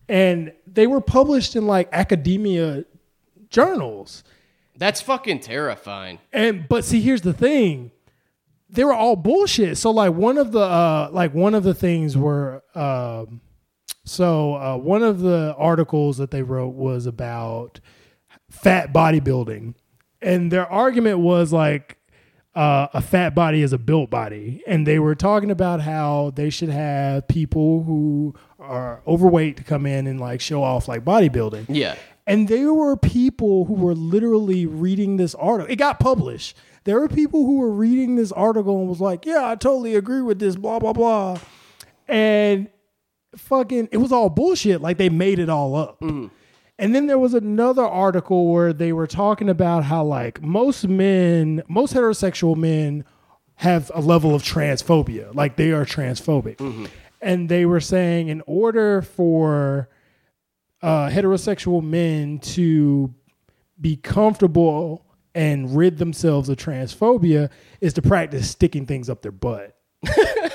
B: and they were published in like academia journals.
A: That's fucking terrifying.
B: And but see, here's the thing: they were all bullshit. So like one of the uh, like one of the things were um, so uh, one of the articles that they wrote was about fat bodybuilding, and their argument was like uh, a fat body is a built body, and they were talking about how they should have people who are overweight to come in and like show off like bodybuilding.
A: Yeah.
B: And there were people who were literally reading this article. It got published. There were people who were reading this article and was like, yeah, I totally agree with this, blah, blah, blah. And fucking, it was all bullshit. Like they made it all up. And then there was another article where they were talking about how, like, most men, most heterosexual men have a level of transphobia. Like they are transphobic. And they were saying, in order for, uh, heterosexual men to be comfortable and rid themselves of transphobia is to practice sticking things up their butt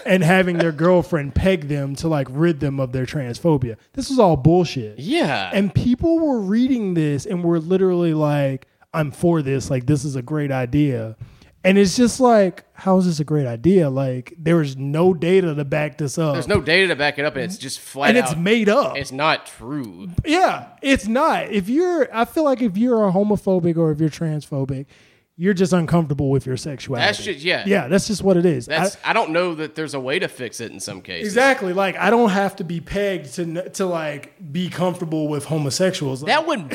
B: and having their girlfriend peg them to like rid them of their transphobia. This was all bullshit.
A: Yeah.
B: And people were reading this and were literally like, I'm for this. Like, this is a great idea. And it's just like, how is this a great idea? Like, there's no data to back this up.
A: There's no data to back it up, and it's just flat
B: and
A: out.
B: it's made up.
A: it's not true.
B: Yeah, it's not. If you're, I feel like if you're a homophobic or if you're transphobic, you're just uncomfortable with your sexuality.
A: That's just yeah.
B: yeah, that's just what it is. I-
A: That's I, don't know that there's a way to fix it in some cases.
B: exactly. Like I don't have to be pegged to kn- to like be comfortable with homosexuals. Like,
A: That would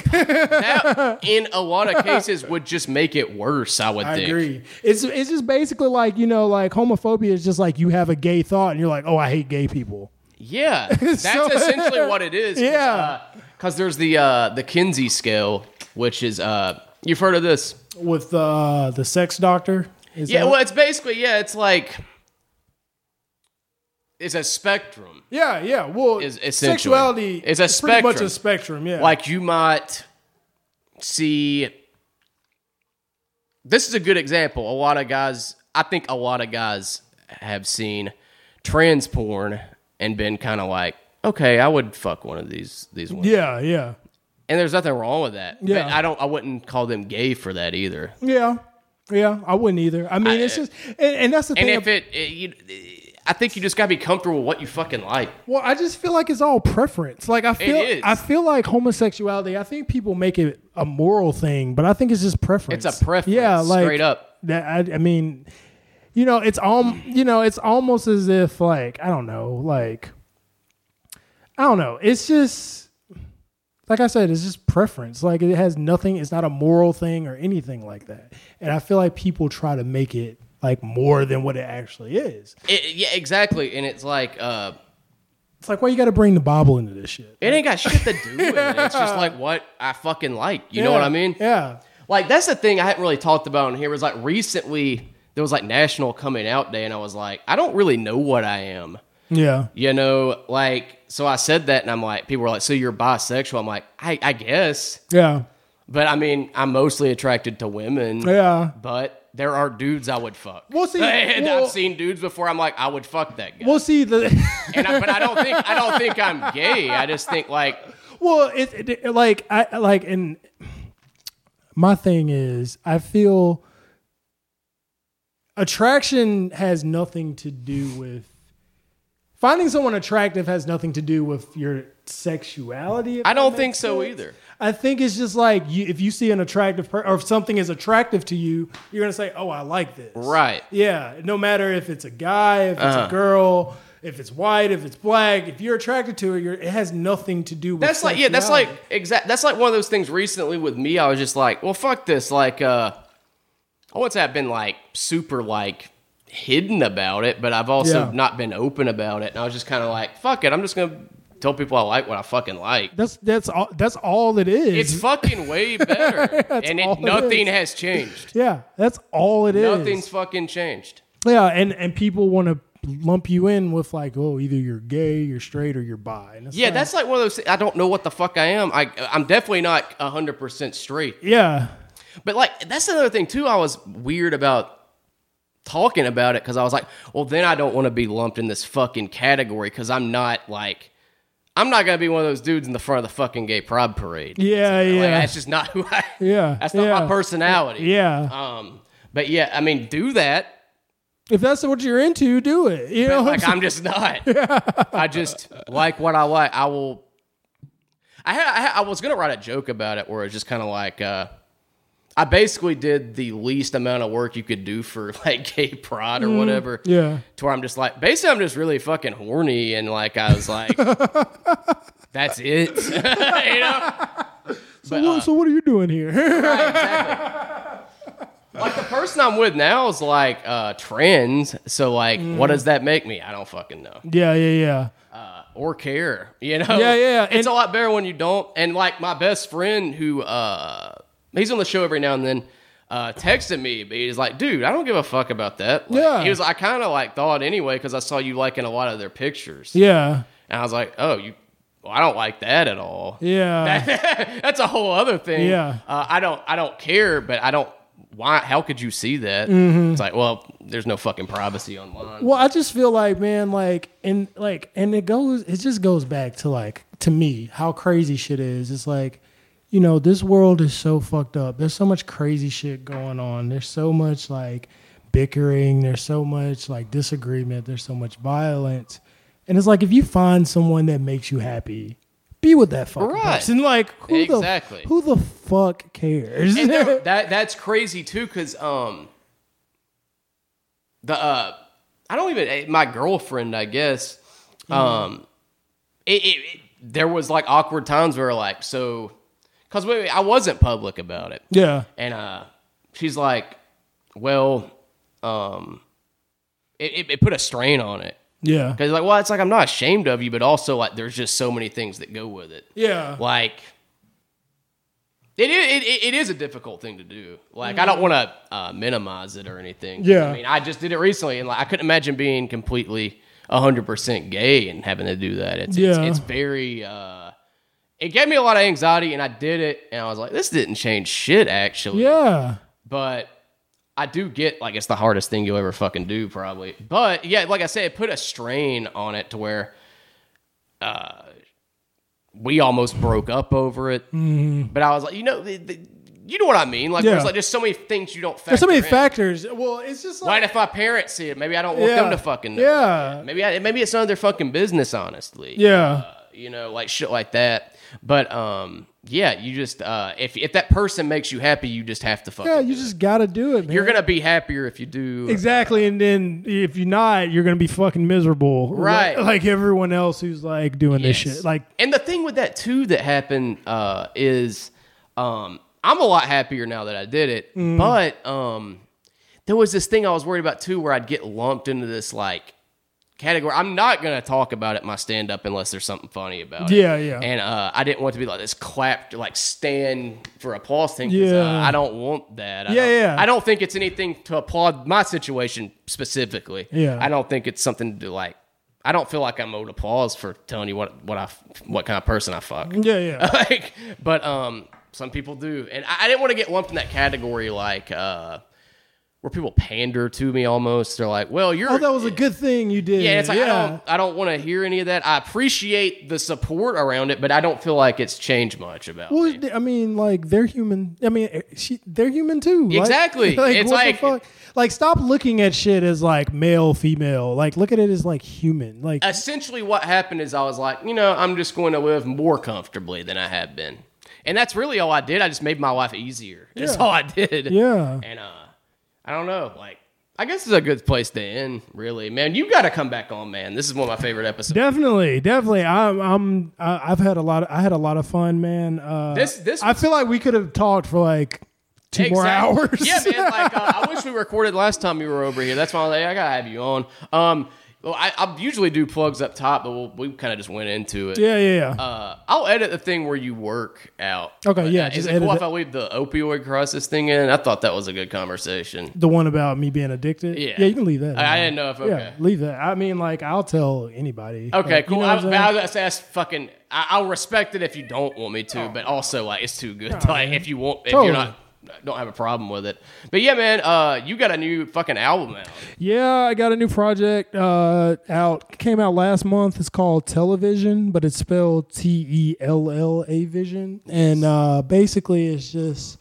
A: that in a lot of cases would just make it worse. I would
B: I
A: think.
B: agree. It's it's just basically like you know like homophobia is just like you have a gay thought and you're like oh I hate gay people.
A: Yeah, that's
B: So-
A: essentially what it is.
B: Yeah.
A: because there's the uh, the Kinsey scale, which is uh, you've heard of this.
B: With uh, the sex doctor. Is
A: Yeah,
B: that-
A: well, it's basically yeah, it's like it's a spectrum.
B: yeah, yeah. Well,
A: Is essentially-
B: sexuality
A: it's a
B: is pretty much
A: spectrum.
B: a spectrum. Yeah,
A: Like you might see. This is a good example. A lot of guys, I think, a lot of guys have seen trans porn and been kind of like, okay, I would fuck one of these these women.
B: yeah, yeah,
A: And there's nothing wrong with that. But
B: Yeah.
A: I don't. I wouldn't call them gay for that either.
B: Yeah, yeah, I wouldn't either. I mean, it's just, and, and that's the
A: And
B: thing.
A: if it, it- you, I think you just gotta be comfortable with what you fucking like.
B: well, I just feel like it's all preference. Like I feel,
A: is.
B: I feel like homosexuality. I think people make it a moral thing, but I think it's just preference.
A: It's a preference,
B: Yeah, like
A: straight up.
B: That I, I mean, you know, it's all, you know, it's almost as if like I don't know, like I don't know. It's just like I said, it's just preference. Like it has nothing. It's not a moral thing or anything like that. And I feel like people try to make it like more than what it actually is.
A: It, yeah, exactly. And it's like, uh,
B: It's like why you got to bring the Bible into this shit.
A: it ain't got shit to do with it. It's just like what I fucking like. You know what I mean?
B: Yeah.
A: Like that's the thing I hadn't really talked about in here. Was like recently there was like National Coming Out Day, and I was like, I don't really know what I am.
B: Yeah.
A: You know, like so I said that, and I'm like, people were like, so you're bisexual? I'm like, I, I guess,
B: Yeah.
A: but I mean, I'm mostly attracted to women.
B: Yeah.
A: But there are dudes I would fuck.
B: Well, see,
A: and
B: well-
A: I've seen dudes before. I'm like, I would fuck that guy.
B: We'll see the
A: and I, but I don't think I don't think I'm gay. I just think like
B: well it, it like I like and my thing is I feel attraction has nothing to do with finding someone attractive has nothing to do with your sexuality. if
A: I don't
B: that
A: think
B: makes
A: so
B: sense.
A: either.
B: I think it's just like you, if you see an attractive person or if something is attractive to you, you're gonna say, "Oh, I like this."
A: Right.
B: Yeah. No matter if it's a guy, if it's
A: Uh-huh.
B: a girl, if it's white, if it's black, if you're attracted to it, you're, it has nothing to do with.
A: That's like yeah, that's like
B: sexuality.
A: exact. That's like one of those things. Recently with me, I was just like, well, fuck this. Like, uh, I once have been like super like hidden about it, but I've also
B: Yeah.
A: not been open about it. And I was just kind of like, fuck it. I'm just gonna tell people I like what I fucking like.
B: that's that's all that's all it is.
A: It's fucking way better, and
B: all
A: it,
B: it
A: nothing
B: is.
A: has changed.
B: yeah, that's all it is.
A: Nothing's fucking changed.
B: Yeah, and and people want to lump you in with like, oh, either you're gay, you're straight, or you're bi. And it's
A: Yeah,
B: like-
A: that's like one of those. I don't know what the fuck I am. I I'm definitely not hundred percent straight.
B: yeah,
A: But like that's another thing too. I was weird about talking about it because I was like, well, then I don't want to be lumped in this fucking category because I'm not like I'm not gonna be one of those dudes in the front of the fucking gay pride parade.
B: Yeah,
A: Like,
B: yeah.
A: that's just not who I.
B: Yeah,
A: That's not
B: yeah.
A: my personality.
B: Yeah.
A: Um. But yeah, I mean, do that.
B: If that's what you're into, do it. You know,
A: But, like I'm just not. I just like what I like. I will. I had, I, had, I was gonna write a joke about it where it's just kind of like uh, I basically did the least amount of work you could do for like gay pride or whatever.
B: yeah.
A: To where I'm just like basically I'm just really fucking horny and like I was like that's it. you know.
B: So, what, so what are you doing here?
A: Like the person I'm with now is like uh trans, so like what does that make me? I don't fucking know.
B: yeah, yeah, yeah.
A: or care. You know,
B: Yeah, yeah,
A: It's
B: and-
A: a lot better when you don't. And like my best friend, who uh, he's on the show every now and then, uh, texted me. But he's like, "Dude, I don't give a fuck about that." Like,
B: Yeah.
A: he was. I kind of like thought anyway because I saw you liking a lot of their pictures,
B: Yeah.
A: and I was like, "Oh, you." Well, I don't like that at all.
B: Yeah.
A: That's a whole other thing.
B: Yeah.
A: uh, I don't. I don't care, but I don't. Why? How could you see that?
B: Mm-hmm.
A: It's like, well, there's no fucking privacy online.
B: well, I just feel like, man, like, and like, and it goes, it just goes back to like, to me, how crazy shit is. It's like, you know, this world is so fucked up. There's so much crazy shit going on. There's so much like bickering. There's so much like disagreement. There's so much violence. And it's like, if you find someone that makes you happy, be with that fucking
A: Right.
B: person. Like, who
A: Exactly.
B: the who the fuck cares?
A: And no, that that's crazy too, because um, the uh, I don't even eh, my girlfriend, I guess, um, it, it, it there was like awkward times where like so, because I wasn't public about it,
B: yeah.
A: and uh, she's like, well, um, it, it, it put a strain on it.
B: Yeah.
A: Cause like, well, it's like I'm not ashamed of you, but also like, there's just so many things that go with it
B: Yeah.
A: like it is, it, it- it is a difficult thing to do. Like I don't want to uh, minimize it or anything.
B: Mm-hmm. Yeah.
A: I mean I just did it recently, and like I couldn't imagine being completely hundred percent gay and having to do that. It's
B: Yeah.
A: it's, it's very. Uh, it gave me a lot of anxiety, and I did it, and I was like, this didn't change shit actually.
B: Yeah.
A: But I do get like it's the hardest thing you'll ever fucking do, probably. But yeah, like I said, it put a strain on it to where uh we almost broke up over it. But I was like, you know, the, the, you know what I mean? Like
B: Mm-hmm. Yeah.
A: there's like there's so many things you don't factor.
B: There's so many
A: in.
B: factors. Well, it's just like
A: Right, if my parents see it, maybe I don't want
B: Yeah.
A: them to fucking know.
B: Yeah.
A: Maybe uh, I, maybe it's none of their fucking business, honestly
B: yeah,
A: you know, like shit like that. But um, yeah, you just uh, if if that person makes you happy, you just have to fucking.
B: yeah.
A: do
B: You
A: it.
B: just gotta do it, man.
A: You're gonna be happier if you do.
B: exactly, and then if you're not, you're gonna be fucking miserable,
A: Right.
B: Like everyone else who's like doing this
A: Yes.
B: shit. Like,
A: and the thing with that too that happened uh, is um, I'm a lot happier now that I did it,
B: Mm.
A: but um, there was this thing I was worried about too where I'd get lumped into this like category. I'm not gonna talk about it in my stand up unless there's something funny about it.
B: yeah, yeah,
A: And uh, I didn't want to be like this clapped, like stand for applause thing. 'cause, uh,
B: Yeah.
A: I don't want that. I
B: Yeah,
A: don't,
B: yeah.
A: I don't think it's anything to applaud my situation specifically.
B: Yeah.
A: I don't think it's something to like. I don't feel like I'm owed applause for telling you what what I what kind of person I fuck.
B: yeah, yeah,
A: like, but um, some people do, and I, I didn't want to get lumped in that category like uh, where people pander to me almost. They're like, "Well, you're
B: Oh, that was a good thing you did.
A: yeah, it's like I don't I don't want to hear any of that. I appreciate the support around it, but I don't feel like it's changed much about
B: Well,
A: me.
B: I mean, like they're human. I mean, eh, she, they're human too. Like-
A: Exactly.
B: Like,
A: It's
B: what the
A: like-
B: fuck? like stop looking at shit as like male, female. Like look at it as like human. Like
A: Uh, Essentially what happened is I was like, you know, I'm just going to live more comfortably than I have been. And that's really all I did. I just made my life easier. That's all I did.
B: yeah,
A: And uh I don't know, like I guess it's a good place to end, really. Man, you got to come back on, man. This is one of my favorite episodes.
B: Definitely, definitely. I'm, I'm, I- I've had a lot. Of, I had a lot of fun, man. Uh,
A: This- this
B: I feel like we could have talked for like two more
A: Exactly.
B: hours.
A: Yeah, man. Like uh, I wish we recorded last time you were over here. That's why I was like, I gotta have you on. Um, well, I, I usually do plugs up top, but we'll, we kind of just went into it.
B: yeah, yeah, yeah.
A: Uh, I'll edit the thing where you work out.
B: Okay,
A: But,
B: yeah,
A: uh,
B: just
A: is it cool
B: edit
A: if I leave the opioid crisis thing in? I thought that was a good conversation.
B: the one about me being addicted.
A: Yeah.
B: yeah. You can leave that.
A: I, I
B: in.
A: didn't know if
B: Yeah,
A: okay.
B: leave that. I mean, like, I'll tell anybody.
A: Okay,
B: Like, you
A: cool.
B: know
A: I,
B: what I'm
A: but I
B: saying?
A: was gonna say that's fucking. I, I'll respect it if you don't want me to, but also like it's too good. like if you want, if
B: Oh. Totally.
A: you're not don't have a problem with it. But yeah, man, uh, you got a new fucking album out.
B: Yeah, I got a new project uh, out. Came out last month. It's called Television, but it's spelled T E L L A Vision. And uh, basically, it's just,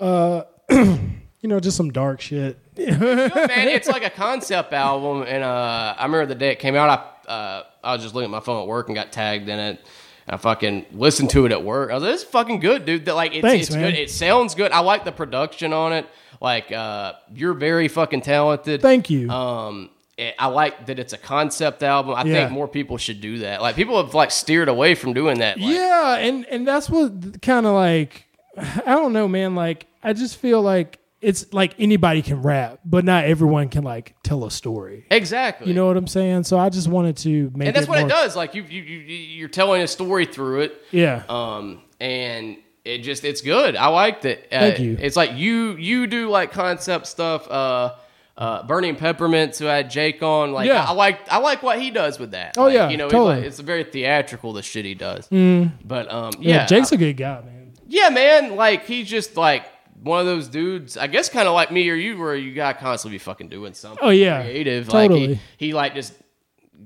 B: uh, you know, just some dark shit.
A: man, it's like a concept album, and uh, I remember the day it came out. I uh, I was just looking at my phone at work and got tagged in it. And I fucking listened to it at work. I was like, "This is fucking good, dude. That like it's,
B: Thanks,
A: it's
B: man.
A: good. It sounds good. I like the production on it. Like uh, you're very fucking talented.
B: Thank you.
A: Um, it, I like that it's a concept album. I
B: Yeah.
A: think more people should do that. Like people have like steered away from doing that. Like,
B: yeah, and and that's what kind of like I don't know, man. Like I just feel like it's like anybody can rap, but not everyone can like tell a story.
A: exactly.
B: You know what I'm saying? So I just wanted to make
A: and that's
B: it
A: what
B: more,
A: it does. Like you, you, you, you're telling a story through it.
B: Yeah,
A: um and it just it's good i liked it uh,
B: Thank you.
A: it's like you you do like concept stuff uh uh, Burning Peppermints, who I had Jake on, like
B: Yeah.
A: I, like, I like what he does with that.
B: Oh,
A: Like,
B: yeah,
A: you know, he's
B: totally.
A: like, it's very theatrical the shit he does. Mm. But um, yeah,
B: yeah. Jake's a good guy, man.
A: yeah, man, like he's just like one of those dudes. I guess kind of like me or you, where you gotta constantly be fucking doing something.
B: Oh, yeah.
A: creative. Like
B: Totally.
A: he, he like just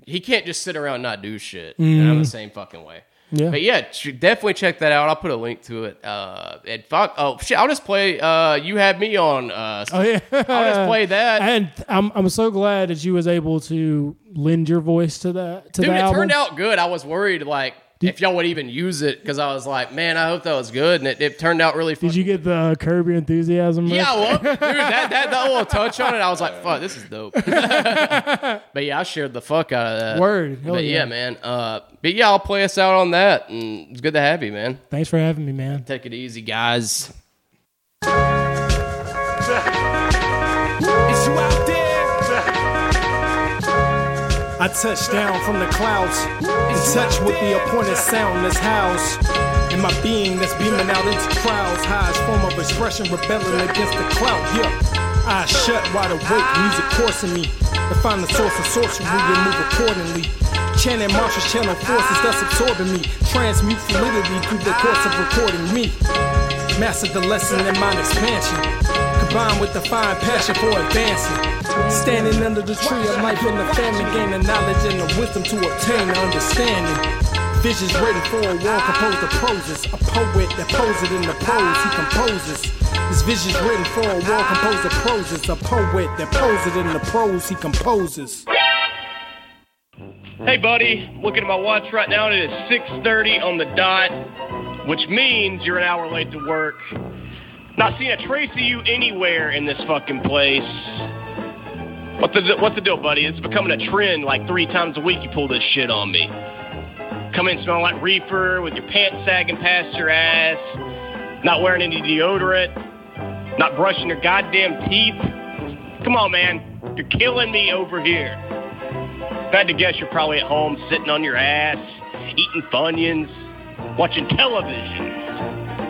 A: he can't just sit around and not do shit. And I'm the same fucking way.
B: Mm-hmm. Yeah.
A: But yeah, ch- definitely check that out. I'll put a link to it. Uh, and fuck, oh shit, I'll just play. Uh, you had me on. Uh,
B: Oh yeah,
A: I'll just play that.
B: And I'm I'm so glad that you was able to lend your voice to that to
A: Dude,
B: the
A: it
B: album.
A: turned out good. I was worried like if y'all would even use it because I was like, man, I hope that was good, and it, it turned out really. Fucking
B: Did you get the Curb Your Enthusiasm? riff?
A: Yeah, I love it. Dude, that, that, that little touch on it, I was like, fuck, this is dope. but yeah, I shared the fuck out of that.
B: Word. Hell
A: But yeah,
B: yeah.
A: man. Uh, but yeah, I'll play us out on that. And it's good to have you, man.
B: Thanks for having me, man.
A: Take it easy, guys.
C: Is you out there? I touch down from the clouds, in touch with the appointed sound that's housed in my being that's beaming out into crowds. Highest form of expression, rebelling against the clout. Yeah, eyes shut, wide awake, music coursing me. To find the source of sorcery and move accordingly. Chanting mantras, channel forces that's absorbing me. Transmute fluidity through the course of recording me. Master the lesson in mind expansion. Combined with the fine passion for advancing. Standing under the tree of life in the famine, gain the knowledge and the wisdom to obtain the understanding. Visions waiting for a well composed of proses. A poet that poses in the prose he composes. His vision's written for a well composed of proses. A poet that poses in the prose he composes.
A: Hey, buddy. Looking at my watch right now, and it is 6.30 on the dot, which means you're an hour late to work. Not seeing a trace of you anywhere in this fucking place. What the, what's the deal, buddy? It's becoming a trend. Like three times a week, you pull this shit on me. Come in smelling like reefer with your pants sagging past your ass, not wearing any deodorant, not brushing your goddamn teeth. Come on, man. You're killing me over here. If I had to guess, you're probably at home sitting on your ass, eating Funyuns, watching television.